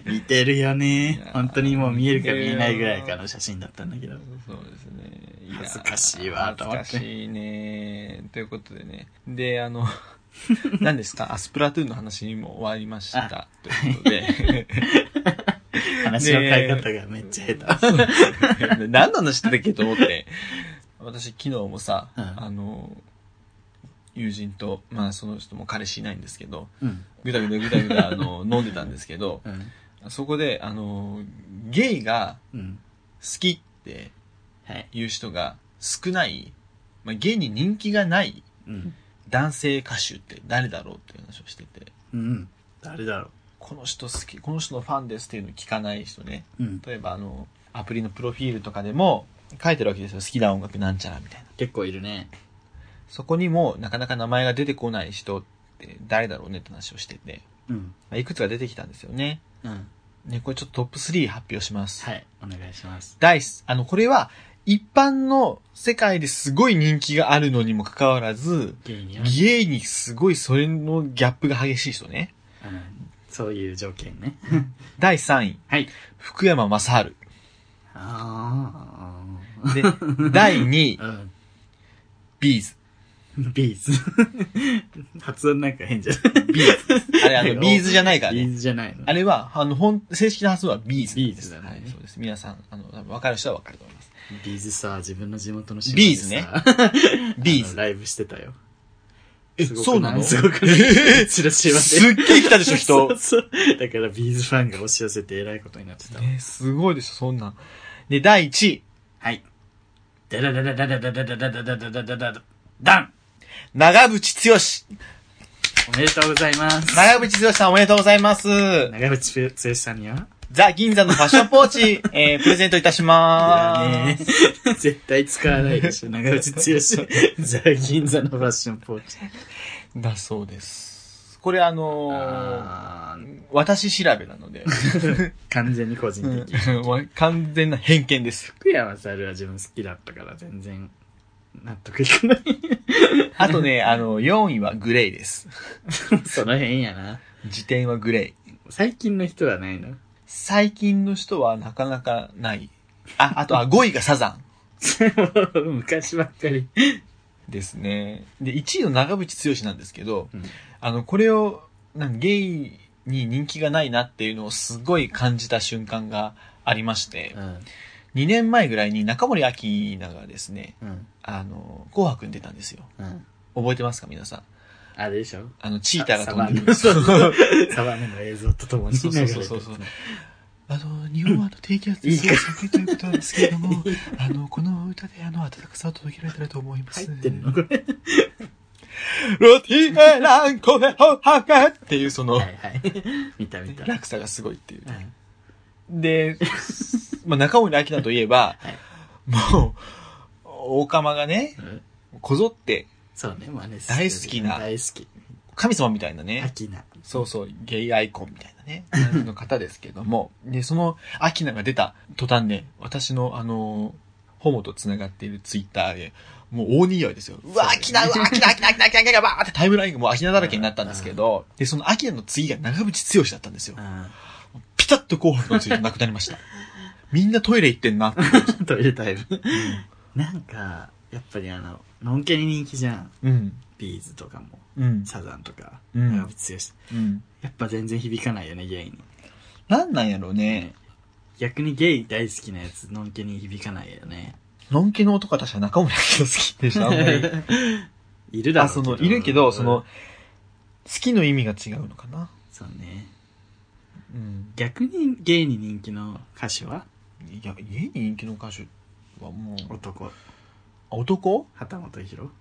似てるよいやねー。本当にもう見えるか見えないぐらいかの写真だったんだけど。そうですね。いや恥ずかしいわと恥思ずってかしいね。ということでね。で、あ の、何ですかあ、スプラトゥーンの話にも終わりました。ということ で。話の変え方がめっちゃ下 手。何の話してたっけと思って。私、昨日もさ、うんあの、友人と、まあその人も彼氏いないんですけど、うん。ぐだぐだぐだぐだ、あ の、飲んでたんですけど、うん。そこで、あの、ゲイがうん。好きってはい。いう人が少ない、まあ、ゲイに人気がないうん。男性歌手って誰だろうっていう話をしてて、うん。誰だろこの人好き、この人のファンですっていうのを聞かない人ね。う。うん。例えばあの、アプリのプロフィールとかでも書いてるわけですよ。好きな音楽なんちゃらみたいな。結構いるね。そこにもなかなか名前が出てこない人って誰だろうねって話をしてて、うん。まあいくつか出てきたんですよね。うん。ね、これちょっとトップ3発表します。はい。お願いします。第一あの、これは一般の世界ですごい人気があるのにもかかわらず、芸人は、ゲイにすごいそれのギャップが激しい人ね。うん、そういう条件ね。第3位、はい。福山雅治。あ で、第2位あ。、うん。ビーズ。 ビーズ。発音なんか変じゃないビーズ。あれ、あ の、ビーズじゃないからビーね。ズじゃないの。あれは、あの、本、正式な発音はビーズ。ビーズだねはい、そうです。皆さん、あの、多分分かる人は分かると思います。ビーズさ、自分の地元の島ビーズねビーあのズ。ライブしてたよ。え、すごくそうなのすごくないえーチラシはね。すっげえ来たでしょ、 そ人う。そう。だからビーズファンが押し寄せて偉いことになってたわ。えー、すごいでしょ、そんなん。で、第1位、はい。ダラダラダラダラダラダラダラダラダン長渕剛。おめでとうございます。長渕剛さんおめでとうございます。長渕剛さんにはザ・銀座のファッションポーチ、えー、プレゼントいたしまいやねす。絶対使わないでしょ。長渕剛。ザ・銀座のファッションポーチ。だそうです。これあのーあー私調べなので、完全に個人的。 完全な偏見です。福山猿は自分好きだったから全然納得いかないあと ね、あの、4位はグレーです。その辺やな辞典はグレー。最近の人はないの 最近の人はなかなかない。あ、あと、あ、5位がサザ昔ばっかり、ンですね。で、1位の長渕剛なんですけど、あの、これを、なんゲイに人気がないなっていうのをすごい感じた瞬間がありまして、2年前ぐらいに中森明菜がですね、あの、紅白に出たんですよ。覚えてますか皆さん。あれでしょあの、チーターが飛んでくる。サ バ ンナサバンナの映像とともにそうそうそうそうそう流れてるあの、日本はあの低気圧ですが寒いということなんですけれども、あの、この歌であの、暖かさを届けられたらと思いま入す。ってんのこれロティエランコメホハカっていうその、はいはい 見た見た、落差がすごいっていうう。んで、 まあ、中森明菜といえば、もう、大釜がね、うんこぞって、そうね真似する大好きな大好き神様みたいなね、秋なそうそう、ゲイアイコンみたいなね、感じの方ですけれども、で、その、アキナが出た途端ね、私の、あの、ホモと繋がっているツイッターで、もう大にぎわいですよ。うわ、そうアキナ、うわ、アキナ、アキナ、アキナ、アキナ、アキナ、バーってタイムラインがもうアキナだらけになったんですけど、で、そのアキナの次が長渕剛だったんですよ。 うピタッと紅白のツイートなくなりました。みんなトイレ行ってんなって。ん。トイレタイム。なんか、やっぱりあの、のんけに人気じゃん。うん。ビーズとかも、うん。サザンとか、うん長渕剛。うん。やっぱ全然響かないよね、ゲイに。なんなんやろうね。逆にゲイ大好きなやつ、のんけに響かないよね。のんきの男たちは中村明宏好きでした、あんまり。いるだろあ、うその、いるけど、その、好、きの意味が違うのかな。そうね。うん。逆にゲイに人気の歌手はいや、家に人気の歌手はもう、男、男畑本博。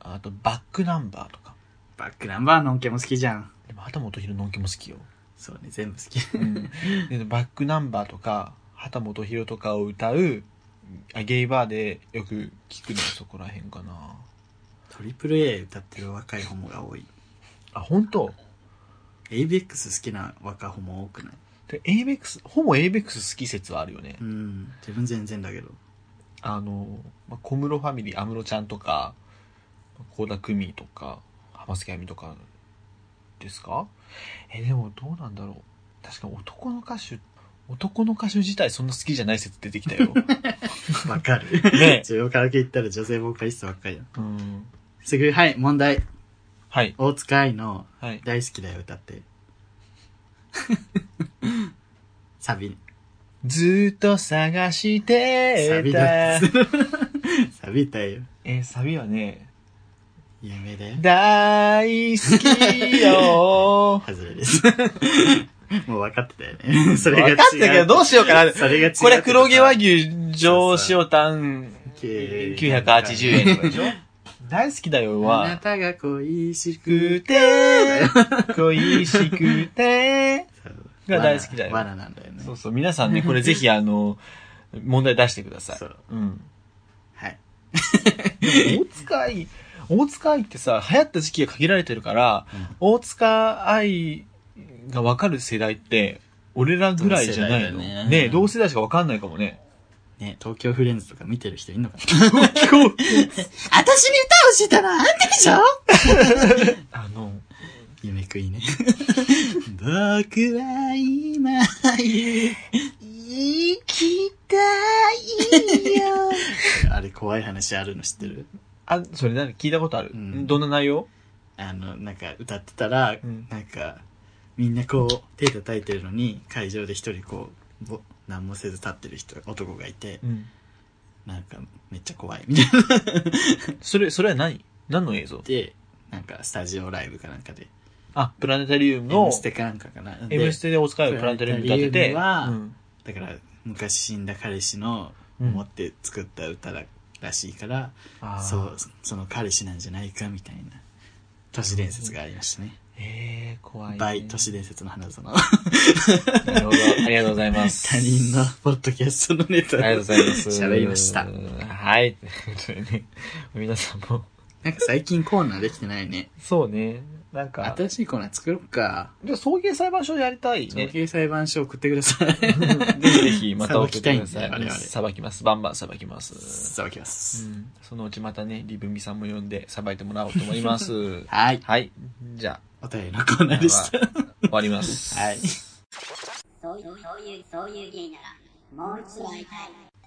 あと、バックナンバーとか。バックナンバーのんけも好きじゃん。でも、畑本博のんきも好きよ。そうね、全部好き。 でバックナンバーとか、畑本博とかを歌う、あゲイバーでよく聞くのはそこら辺かな。トリプル a 歌ってる若いホモが多い。あ、本当 ABX 好きな若ホモ多くないで、エイベックス、ほぼエイベックス好き説はあるよね。うん。自分全然だけど。あの、まあ、小室ファミリー、安室ちゃんとか、倖田來未とか、浜崎あゆみとかですかえ、でもどうなんだろう。確か男の歌手、男の歌手自体そんな好きじゃない説出てきた よ。わかる。ね 自分カラオケ行ったら女性ボーカリストばっかりやん。うん。すぐ、はい、問題。はい、大塚愛のはい。大好きだよ 歌って。サビ、ずっと探してサビだた。。 サビだよ。え、サビはね、有名だよ。。大好きよ外れ です。もう分かってたよね。 それが違分う。かったけど、どうしようかな。それが違う。これ黒毛和。牛上塩タン980 980円とかでしょ 大好きだよあなは、たが恋しくく。 て、恋しくて、が大好きだよ罠罠なんだよね。そうそう、皆さんね、これぜ ひあの、問題出してください。そううん。はい。でも大塚愛、 大塚愛ってさ、流行った時期が限られてるから、大塚愛がわかる世代って、俺らぐらいじゃないの同世代だねねえ同世代しかわかんないかもね。ね、東京フレンズとか見てる人いんのかな今日 私に歌をしたらあんたでしょあの、夢食いね。 僕は今言う。生きたいよ。あれ怖い話あるの知ってる あ、それ何聞いたことある、うんどんな内容あの、なんか歌ってたら、うんなんか、みんなこう、手叩いてるのに、会場で一人こう、ぼ何もせず立ってる人、男がいて、うん。なんかめっちゃ怖いみたいな。それ、それは何何の映像で、なんかスタジオライブかなんかで、あ、プラネタリウムの M、ステかなんかかな。で M ステでお使いをプラネタリウムに立てて、プラネタリウムはうんだから、昔死んだ彼氏のうん思って作った歌ららしいから、あーそう、その彼氏なんじゃないかみたいな、都市伝説がありましたね。えー、怖い、ね。バイ都市伝説の花園。なるほど。ありがとうございます。 他人 のポッドキャストのネタありがとうございます。喋りました。はい。ということでね皆さんも、なんか最近コーナーできてないね。そうね。なんか、新しいコーナー作ろうか。じゃあ、送迎裁判所やりたい上ね。級裁判所送ってください。ぜひぜひ、また送ってくださ裁きたいんだよ我い。々さばきます。バンバンさばきます。さばきまうす。ん。そのうちまたね、リブミさんも呼んで、さばいてもらおうと思います。はい。はい。じゃあ、お便りのコーナーでした。終わります。はい。そういう、そういう、そういう芸なら、もう一度会いたい。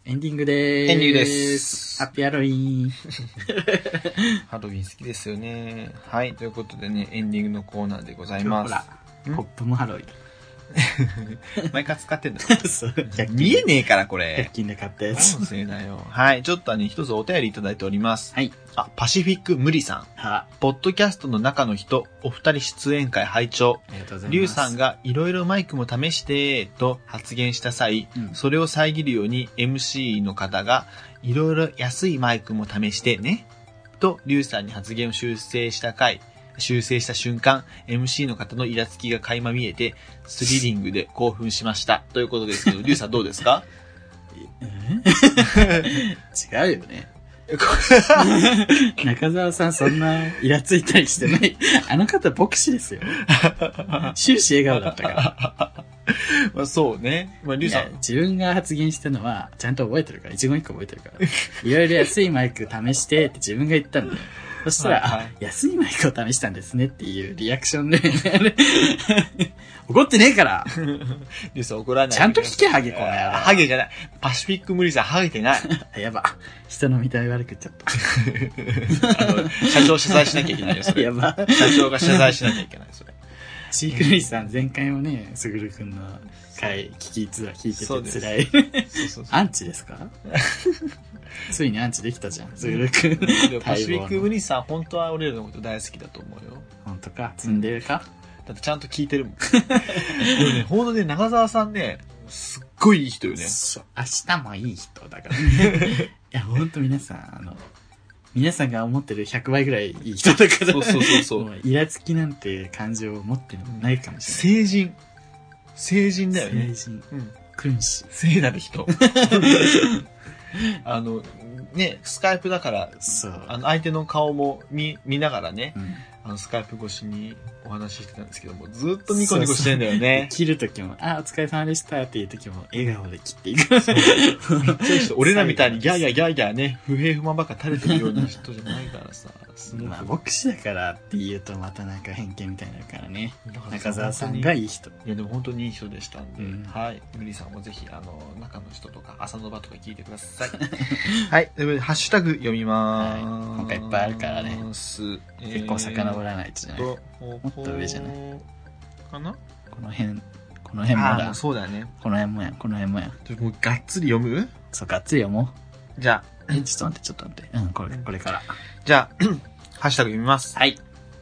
エンディングでーす。エンディングですハッピーハロウィーン。ハロウィン好きですよね。はい。ということでね、エンディングのコーナーでございま今日ほす。ら、ポップもハロウィン。毎回使ってんだ そう、100均。見えねえから、こ100れ。均で買ったやつ。音声だよ。はい。ちょっとね、一つお便りいただいております。はい。あ、パシフィック無理さん。は、ポッドキャストの中の人、お二人出演会拝聴。ありがとうございます。リュウさんがいろいろマイクも試して、と発言した際、うんそれを遮るように MC の方が、いろいろ安いマイクも試してね、とリュウさんに発言を修正した回、修正した瞬間、MC の方のイラつきが垣間見えて、スリリングで興奮しました。ということですけ ど、リュウさんどうですか違うよね。 中澤さんそんなイラつ いたりしてない。あの方、牧師ですよ。終始笑顔だったから。まあそうね。まあ、リュウさいやん。自分が発言したのは、ちゃんと覚えてるから、一言一個覚えてるから。いろいろ安いマイク試してって自分が言ったんだよ。そしたら、はいはいあ安いマイクを試したんですねっていうリアクションで、 怒ってね えからリュウさん怒らない。ちゃんと聞け、ハゲ、この野あーハゲじゃない。パシフィック無理さん、ハゲてない。郎。やば。人の見た目悪く言っちゃっあの社長謝罪しなきゃいけないよ、そ た。れ。やば。社長が謝罪しなきゃいけない、それ。シークルイさん、前回もね、すぐるくんの回、聞きづらい、聞そういでてすて辛い。 そうそうそう。アンチですかついにアンチできたじゃん、すぐるくん。でもパシフィック無理さん、本当は俺らのこと大好きだと思うよ。本当か積んでるかだってちゃんと聞いてるもん。でもね、ほんとね、長澤さんね、すっごいいい人よね。そう明日もいい人 だから、ね、いや本当皆さんあの皆さんが思ってる100倍ぐらいいい人だからそうそうそうそうもイラつきなんて感情を持ってないかもし成人。成人れだなよいね。成人うん。君子聖なる 人。あの、ね、スカイプだから、そうあの、相手の顔も見、見ながらね、うんあの、スカイプ越しにお話ししてたんですけども、ずっとニコニコしてんだよね。切る時も「あお疲れ様でした」っていう時も笑顔で切っていくそういう人俺らみたいにギャーギャーギャーギャーね、不平不満ばっか垂れてるような人じゃないからさ、 すごく。 まあ牧師だからって言うとまたなんか偏見みたいになるからねだから中澤さん本当がにいい人いやでも本当にいい人でしたんで、うんはい。無理さんもぜひ、あの、中の人とか、朝の場とか聞いてください。 はい。ということで、ハッシュタグ読みまーす。はい今回いっぱいあるからね結構魚遡らないとじゃないと、もっと上じゃないかなこの辺この辺もああだー、そうだね。この辺もやこの辺もやちょもうがっつり読むそうがっつり読もうじゃあ、え、ちょっと待って、ちょっと待って。うん、これ、これから。じゃあ、 ハッシュタグ読みます。はい。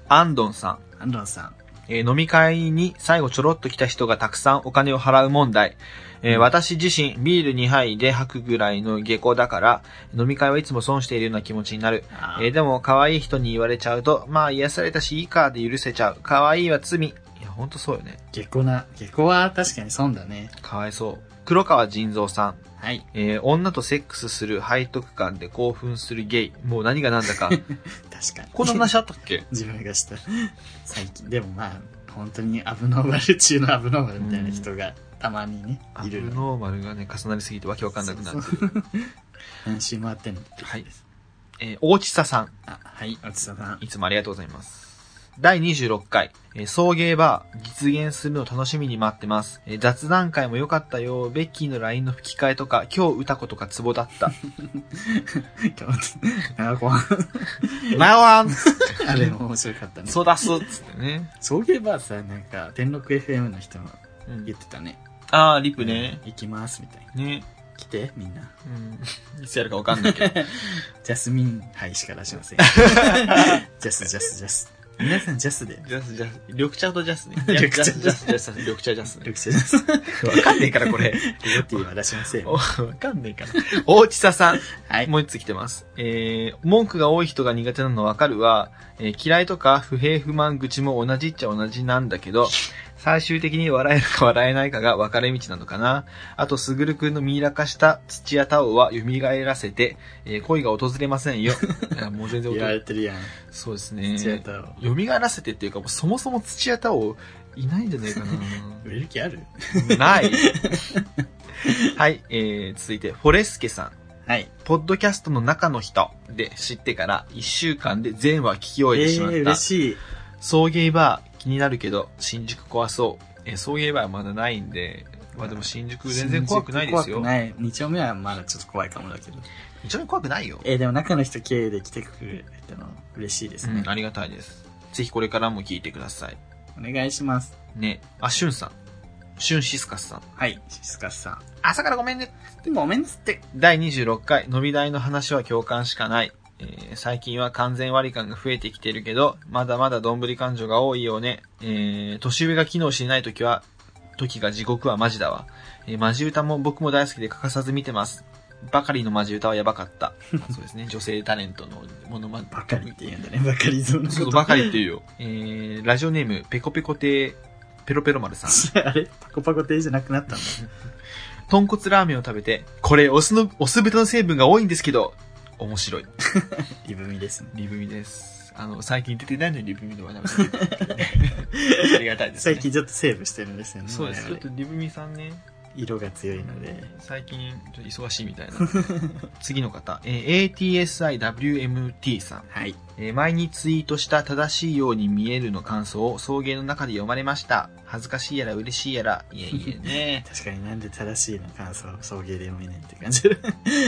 アンドンさん。アンドンさん。えー飲み会に最後ちょろっと来た人がたくさんお金を払う問題。えー私自身、ビール2杯で吐くぐらいの下校だから、飲み会はいつも損しているような気持ちになる。あえーでも、可愛い人に言われちゃうと、まあ、癒されたし、いいかで許せちゃう。可愛いは罪。いや、ほんとそうよね。下校な、下校は確かに損だね。かわいそう。黒川仁蔵さん。はい。えー女とセックスする背徳感で興奮するゲイ。もう何が何 だか。確かに。こんな話あったっけ自分がした。最近。でもまあ、本当にアブノーマル中のアブノーマルみたいな人がたまにね、アいブるの。ノーマルがね、重なりすぎてわけわかんなくなる。そうそう。何周回ってんのはい。えー大地ささん。あ、はい、おつささん。いつもありがとうございます。第26回、えー送迎バー、実現するの楽しみに待ってます。えー雑談会も良かったよ。ベッキーの LINE の吹き替えとか、今日歌子とかツボだ った。ちょっと待ってなんかこう、なわんあれも面白かったね。そうだすっつってね。送迎バーさ、なんか、天禄 FM の人も言ってたね。あー、リプね。行きます、みたいな。ね。来て、みんな。うん。い つやるかわかんないけど。ジャスミン杯しか出し ません。ジャス、ジャス、ジャス。皆さん、ジャスで。ジャス、ジャス、 緑茶とジャスね。緑茶ジャス、ジャス、緑茶ジャスね緑。茶ジャス。ロわかんねえから、これ。ティは出しませ ん。おわかんねえから。 大地ささん。はい。もう一つ来てます。えー、文句が多い人が苦手なのわかるは、えー嫌いとか不平不満口も同じっちゃ同じなんだ けど、最終的に笑えるか 笑えないかが分かれ道なのかな。あと、すぐるくんのミイラ化した土屋太鳳は蘇らせて、えー恋が訪れませ んよ。いやもう全然言わ訪れれてるやん。そうです土屋ね。太郎。蘇らせてっていうか、もうそもそも土屋太鳳いないんじゃないかな。売れる気ある ない。はい、えー、続いて、フォレスケさん。はい。ポッドキャストの中の人で知ってから1週間で全話聞きえ終えてしまった。ー、嬉しい。送迎バー気になるけど、新宿怖そう。えー、送迎バーまだないんで、まあでも新宿全然怖くないですよ。怖くない。二丁目はまだちょっと怖いかもだけど。一応怖くないよ。えー、でも中の人経由で来てくれたの嬉しいですねうん、。ありがたいです。ぜひこれからも聞いてください。お願いします。ね。あ、しゅんさん。しゅんシスカスさん。はい、シスカスさ朝からごめんね。ん。ごめんなすって。第26回、飲み代の話は共感しかない。えー最近は完全割り勘が増えてきてるけど、まだまだどんぶり感情が多いよね。えー年上が機能していない時は、時が地獄はマジだわ。えーマジ歌も僕も大好きで欠かさず見てます。ばかりのマジ歌はやばか った。まあそうですね、女性タレントのものまね。ばかりって言うんだね。ばかりゾーンのそうこばかりって言うよ。えーラジオネーム、ペコペコ亭、ペロペロ丸さん。と。あれパコパコ亭じゃなくなったんだ。豚骨ラーメンを食べて、これ、お酢の、お酢豚の成分が多いんですけど、面白い。リブミですね。リブミです。です。あの、最近出てないのにリブミの話題も出てるっていう ねありがたいですね。最近ちょっとセーブしてるんですよね。そうです。ちょ我っ々とリブミさんね、色が強いので。最近ちょっと忙しいみ たいな。次の方、えー ATSIWMT さん。はい。。えー前にツイートした正しいように見えるの感想を送迎の中で読まれました。恥ずかしいやら嬉しいやら、いえいえね 確かになんで正しいの感想を送迎で読めないって感じ。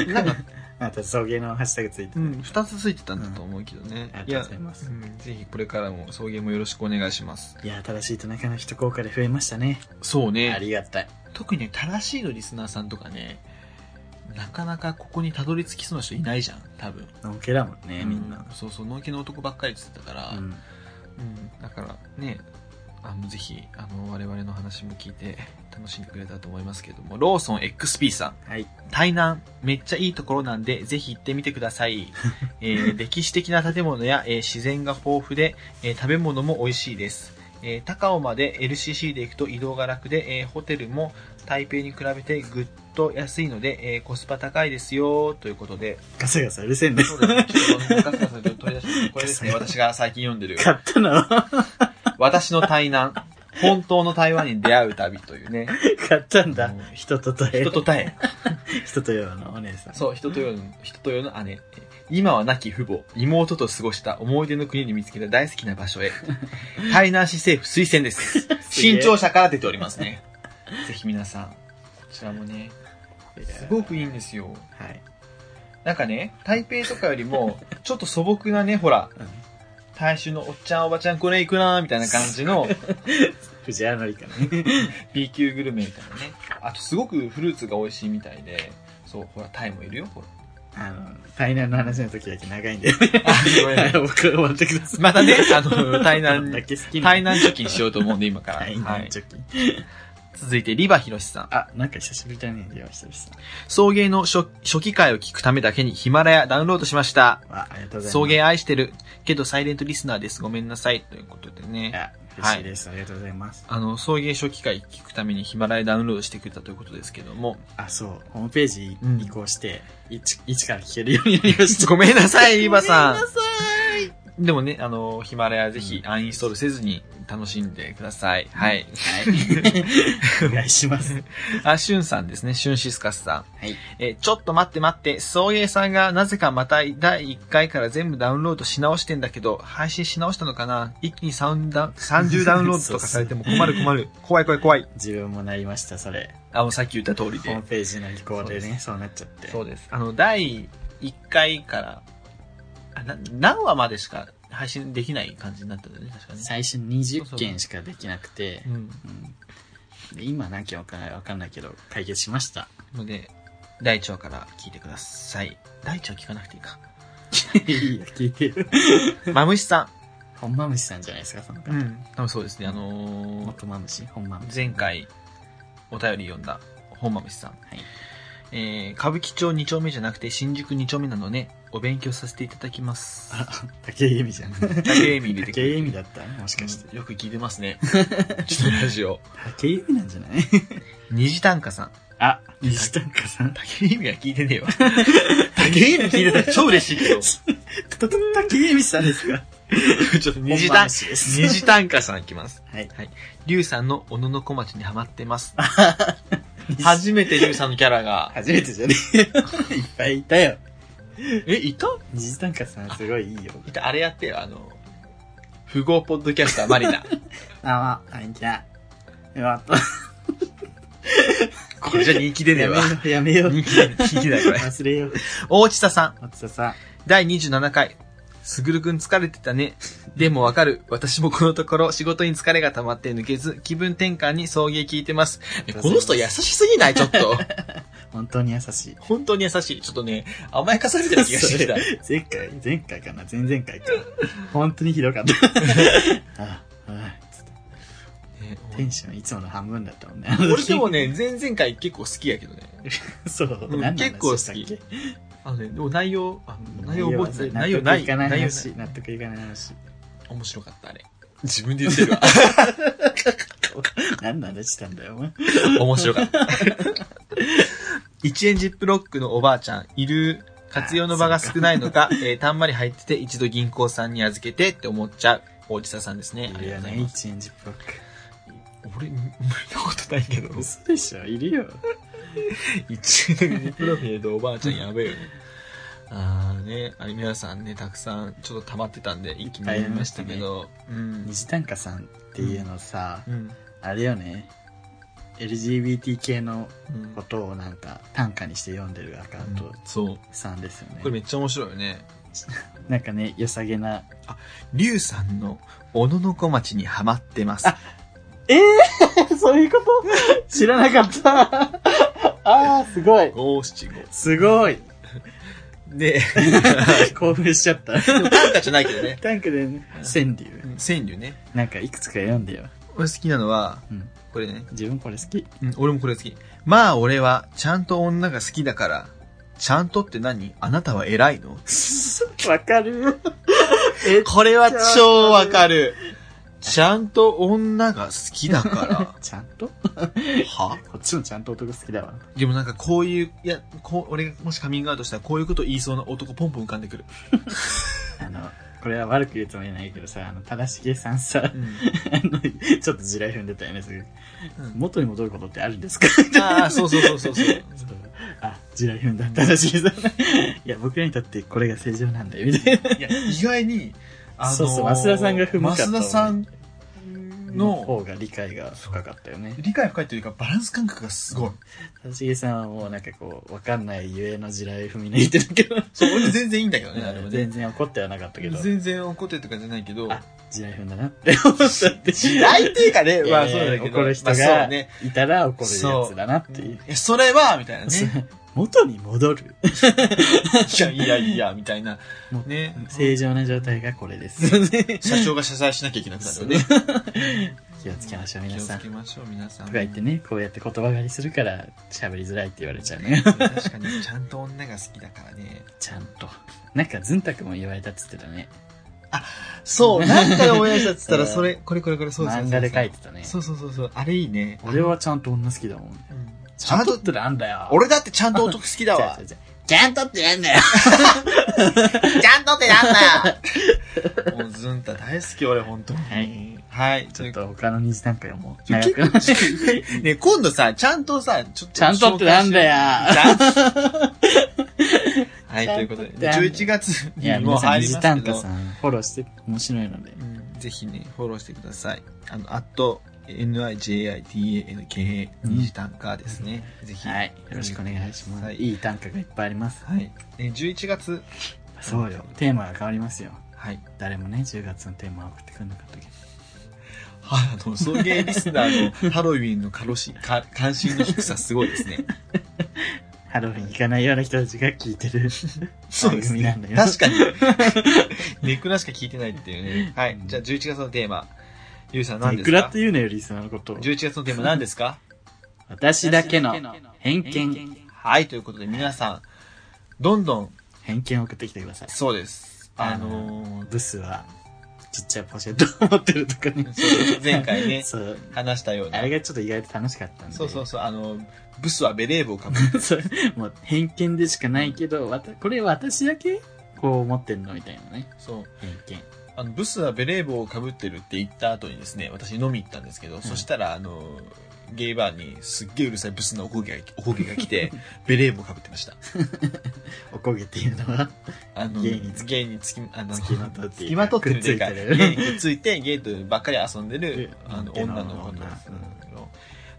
なんか、また送迎のハッシュタグついうてる。ん、二つついてたんだと思うけどね。ありがとうございますやうんぜひこれからも送迎もよろしくお願いします。いや、正しいと中の人効果で増えましたね。そうあね。りがたい。特にね、正しいのリスナーさんとかね、なかなかここにたどり着きそうな人いないじゃん、多分。のんけだもんね、みんなう。そうそう、農家の男ばっかりつってたから、ううん、ん。だからね、あの、ぜひ、あの、我々の話も聞いて楽しんでくれたらと思いますけれども、ローソン XP さん。はい。台南、めっちゃいいところなんで、ぜひ行ってみてください。えー歴史的な建物や、えー自然が豊富で、えー食べ物も美味しいです。えー高尾まで LCC で行くと移動が楽で、えーホテルも台北に比べてぐっと安いので、えーコスパ高いですよ、ということで。ガサガサうるせえんだ。そうですね。ちょっとガサガサと取り出して、これですね、私が最近読んでる。買ったの私の台南、本当の台湾に出会う旅というね。買ったんうだん。人ととえ。人と対、人とよのお姉さん。そう、人と世の、人と世の姉。今は亡き父母、妹と過ごした思い出の国に見つけた大好きな場所へ。台南市政府推薦 です。げえ新潮社から出ております ね。ぜひ皆さん、こちらもね、すごくいいんですよ。はい。なんかね、台北とかよりも、ちょっと素朴なね、ほらうん、大衆のおっちゃんおばちゃんこれ行くなーみたいな感じ の藤原紀香ね。 B 級グルメみたいなね。あとすごくフルーツが美味しいみたいで、そう、ほら、タイもいるよ、ほら。あの、台南の話の時だけ長いんで。あごめんなさはい い、僕終わってください。またね、あの、台 どんだ南、け好きな台の南貯金しようと思うんで、今から。台は南い。貯金。続いて、リバヒロシさん。あ、なんか久しぶりだね、電話してるさ。送迎の初初期回を聞くためだけにヒマラヤダウンロードしました。あ、ありがとうございます。送迎愛してる。けど、サイレントリスナーです。ごめんなさい。ということでね。あ、嬉しいです。ありがとうございます。あの、送迎初期回聞くためにヒマラヤダウンロードしてくれたということですけども。あ、そう。ホームページうん移行して、一、一から聞けるようになりました。ごめんなさい、リバさごめんな。さいでもね、あの、ヒマラヤぜひアンインストールせずに楽しんでください。はい。はい。お願いします。あ、シュンさんですね。シュンシスカスさん。はい。えーちょっと待って待って、送迎さんがなぜかまた第1回から全部ダウンロードし直してんだけど、配信し直したのかな一気にサウンダ30ダウンロードとかされても困る困る。 怖い怖い怖い。自分もなりました、それ。あの、さっき言った通りホームで。ページの移行でそうね、そうなっちゃって。そうです。あの、第1回から、あな何話までしか配信できない感じになったんだよね、確かね。最初20件しかできなくて、うん。うんで今何件わかんない、わかんないけど、解決しました。ので、大腸から聞いてください。大腸聞かなくていいか。いいよ、聞いてる。マムシさ本マムシさんじゃないですか、そのん。方。ん。多分そうですね。あのー元マムシ本マムシ。前回お便り読んだ本間虫さん、はいえー、歌舞伎町2丁目じゃなくて新宿2丁目なのねお勉強させていただきますあ、竹井絵美じゃん。竹井絵美入れてく竹井れ絵美てだったもしかして。よく聞いてますねうちのラジオ竹井絵美なんじゃない虹短歌さんあ、西田かさん。竹井絵美は聞いて ねえわ竹井絵美聞いてたら超嬉しい けど竹井絵美さんですかちょっと虹虹短短歌虹短歌さんいきますはい。リュウさんの小野の小町にハマってます初初めてリュウさんのキャラが初めてじゃねえよ。いっぱいいたよ。 えいた虹短歌さんすごいいいよ。いたあれやってよあの富豪ポッドキャスターマリ ナあ、まあ、いんちゃん。よかった。これじゃ人気出ねえわ。やめよう、やめ人よう。気出ねえ、人気だよ、これ。忘れよう。 大地田さん、松田さん。第27回。すぐるくん疲れてたね。でもわかる。私もこのところ仕事に疲れが溜まって抜けず、気分転換に送迎聞いてます。えこの人優しすぎ ないちょっと。本当に優しい。本当に優しい。ちょっとね、甘やかされてる気がして きた。前回、前回かな前々回か。本当にひどかった。 ああ、ああ、ちょっとテンションいつもの半分だったもんね。俺でもね、前々回結構好きやけどね。そう、うん何の話結構好きしたっけあのね、でも内容、あの内容覚えてない。内内容容な。ないい。内納得いかない容話。納得いかない話。面白かった、あれ。自分で言 ってるわ。何の話したんだよ、お前。面白かった。一円ジップロックのおばあちゃん、いる活用の場が少ないの か、えーたんまり入ってて一度銀行さんに預けてって思っちゃう。大地田さんですね。あいりるがよとうございねます。 1円10パック俺、見たことないけど。嘘でしょいるよ 一年プロフィールでおばあちゃんやべえよね。ああね、あれ皆さんね、たくさんちょっと溜まってたんで、一気に飲みましたけど。うん。西短歌さんっていうのさ、うん。あれよね LGBT 系のうんことをなんか短歌にして読んでるアカウントそう。さんですよね、これめっちゃ面白いよね。なんかね良さげなリュウさんの、おののこ町にハマってます。ええ そういうこと知らなかった ああすごい五七五。すご いで、興奮しちゃった 短歌じゃないけどね。短歌でね川柳川柳ね。なんかいくつか読んでよ、俺好きなのは、うん、これね。自分これ好きうん、俺もこれ好き。まあ俺は、ちゃんと女が好きだから。ちゃんとって何あなたは偉いの わかる。 えこれは超わかる。 ちゃんと女が好きだかちゃんとこ ら。はっちもちゃんと男好きだわ。でもなんかこういう、いや、こう、俺がもしカミングアウトしたらこういうこと言いそうな男ポンポン浮かんでくる。あの、これは悪く言うつもりないけどさ、あの、正しげさんさう、ん。あの、ちょっと地雷踏んでたよね、すぐ。うん元に戻ることってあるんで すかああ、そうそうそうそうそう。あ、地雷踏んだ。正しげさん。いや、僕らにとってこれが正常なんだよ、みたいな。いや、意外に、あのーそうそう増田さんが踏むかと増田さんのの方が理解が深かったよね。理解深いというか、バランス感覚がすごい。正しげさんはもうなんかこう、わかんないゆえの地雷踏み抜いてるけど。そう、俺 全然いいんだけどね、あれはね。全然怒ってはなかったけど。全然怒ってるとかじゃないけど。あ地雷踏んだなって思ったって。時代っていうかね、まあそうだけど。怒る人まあそうがね。いたら怒るやつだなっていう。いやそれは、みたいなね。元に戻る。いやいやいや、みたいなも。う ね。正常な状態がこれです。 社長が謝罪しなきゃいけなくなるよね。気をつけましょう、気皆をさつん。とけかましょう、皆さん。言ってね、こうやって言葉狩りするから喋りづらいって言われちゃう ね。確かに、ちゃんと女が好きだからね。ちゃんと。なんか、ずんたくも言われたっつってたね。そう、なんかで思い出したっつったら、それ、これこれこれ、そうそうそう。漫画で書いてたね。そうそうそうそう、あれいいね。俺はちゃんと女好きだもん。うんちゃんとってなんだよ。俺だってちゃんと男好きだわ違う。違う違う ちゃんとってな んだよ。ちゃんとってなんだよ。もうズンタ大好き、俺、本当に。はい。はい。ちょっと他の虹なんか読もう。ちょ長くなっちゃうねえ今度さ、ちゃんとさ、ちょっと。ちゃんとってなんだよ。 はい、ということで、ちゃんとって11月いにや、もう皆さん、入り虹ま短すけ歌どさ、ん、フォローして面白いので。うんぜひね、フォローしてください。あの、アット、nijitANKA、うん二次単価ですね。ぜひ。はい。よろしくお願いします。、はいいい短歌がいっぱいあります。はい。え11月、そうよ。テーマが変わりますよ。はい。誰もね、10月のテーマを送ってくれなかったけど。あの、送迎リスナーのハロウィンのかろしか関心の低さすごいです ね。ハロウィン行かないような人たちが聞いてる。そうですね番 組なん。だよ確かに。 ネクラしか聞いてないっていうね。はい。じゃあ11月のテーマ。ゆうさん何いでくすらっかて言うのよ、リスナーのことを。 ?11 月のテーマ何ですか私だけの偏見。はい。ということで皆さん、どんどん、偏見を送ってきてください。そうです。あのーブスは、ちっちゃいポシェットを持ってるとかね。そう前回 ねそう。話したようあな。れがちょっと意外と楽しかったんで。そうそうそう。あの、ブスはベレー帽か ぶる。それもう偏見でしかないけど、わたこれ私だけこう思ってんのみたいなね。そう。偏見。あの、ブスはベレー帽をかぶってるって言った後にですね、私飲み行ったんですけど、そしたら、あの、ゲイバーにすっげえうるさいブスなおこげが、おこげが来 て、ベレー帽かぶってました。おこげっていうのは、あの、ゲイにつゲイにつき、あの、つきまとっていうかつきまとってるっていうか、くっついゲてるイにくっついて、ゲイとばっかり遊んでるで、あの、手の女の子と女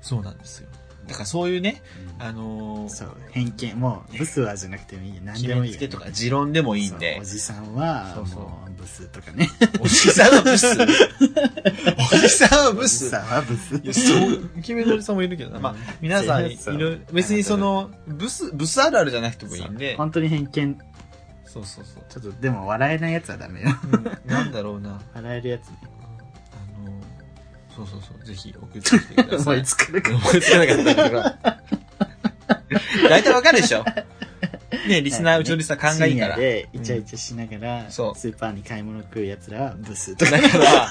そうなんですよ。だからそういうね、あのーそう、偏見。もう、ブスはじゃなくてもいい。何決でもめいいつよ。けとか持論でもいいんそうでお、じさんは、そうそうもう、ブスとかね。おじさんはブスおじさんはブブスさんはブス。いやそう、イケメンのおじさんもいるけどな。まあ、皆さん、いそうろいろ別にその、ブス、ブスあるあるじゃなくてもいいんで、本当に偏見。そうそうそう。ちょっと、でも笑えないやつはダ メよ。うんなんだろうな。笑えるやつね。あの、そうそうそう、ぜひ送ってきてくだ思 さいい。つかなかっ思いつかなかったから。大体わかるでしょね リリスナー、うちのリスナー考えいいから。で、イチャイチャしながら、んスそうーパーに買い物食うやつらは、ブ スとか。だから、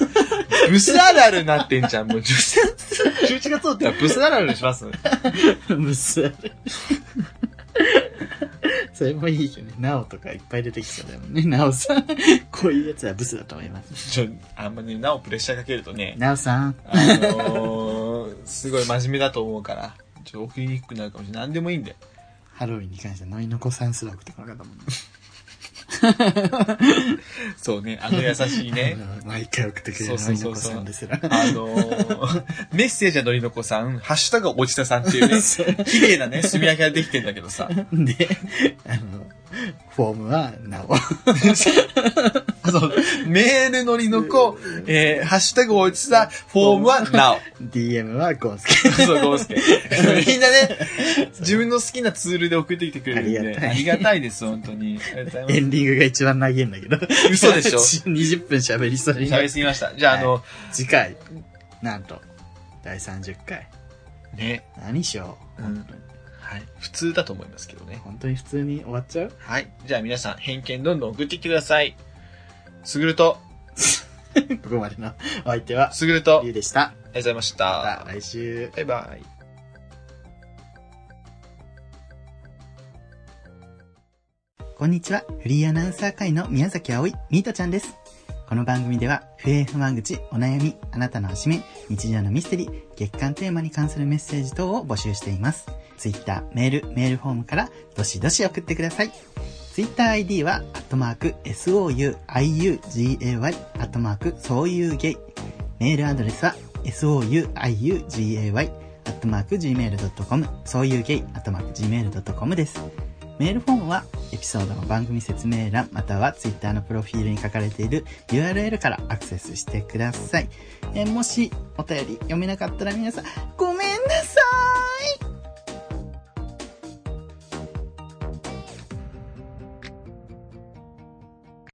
ブスあるあるになってんじゃん。もう11月、11月ってはブスあるあるにします。ブスある。 それもいいけどね。なおとかいっぱい出てきそうだもんね。なおさん。こういうやつはブスだと思います。ちょあんまね、なおプレッシャーかけるとね、なおさん。あのー、すごい真面目だと思うから、ちょっと送りにくくなるかもしれない。何でもいいんだよ。ハロウィンに関してはノイノコさんすら送ってこなかったもんね。そうね、あの優しいね。あの毎回送ってくれそうるそノうそうイノコそうさんですら。 あのー、メッセージはのりのこさん、ハッシュタグはおじたさんっていう ね、そう綺麗なね、墨分けができてんだけど さ。で、あの、フォームはなお。 あのメールのりのこ、えー、ハッシュタグおじさん、フォームはなお。 DM はゴンスケ。そう、ゴースケ。 みんなね、自分の好きなツールで送ってきてくれるんで、ありがたいありがたいです、本当に。ありがとうござエいまンディングが一番長いんだけど。す。嘘で しょ ?20 分喋りそうにな喋るりすぎました。じゃあ、あの、次回、なんと、第30回。ね、何しよう。うん本当にはい。普通だと思いますけどね。本当に普通に終わっちゃう はい。じゃあ皆さん、偏見どんどん送ってきてください。すぐると、ここまでのお相手は、すぐると、あゆりうでした。がとうございましまたた。来週。バイバイ。こんにちは。フリーアナウンサー会の宮崎葵、ミートちゃんです。この番組では、不平不満口、お悩み、あなたのおしめ、日常のミステリー、月間テーマに関するメッセージ等を募集しています。ツイッター、メール、メールフォームから、どしどし送ってください。ツイッター ID は、アットマーク、souiugay、アットマーク、そういうゲイ。メールアドレスは、souiugay、アットマーク、gmail.com、そういうゲイ、アットマーク、gmail.com です。メールフォームはエピソードの番組説明欄または Twitter のプロフィールに書かれている URL からアクセスしてください。えーもしお便り読めなかったら皆さんごめんなさい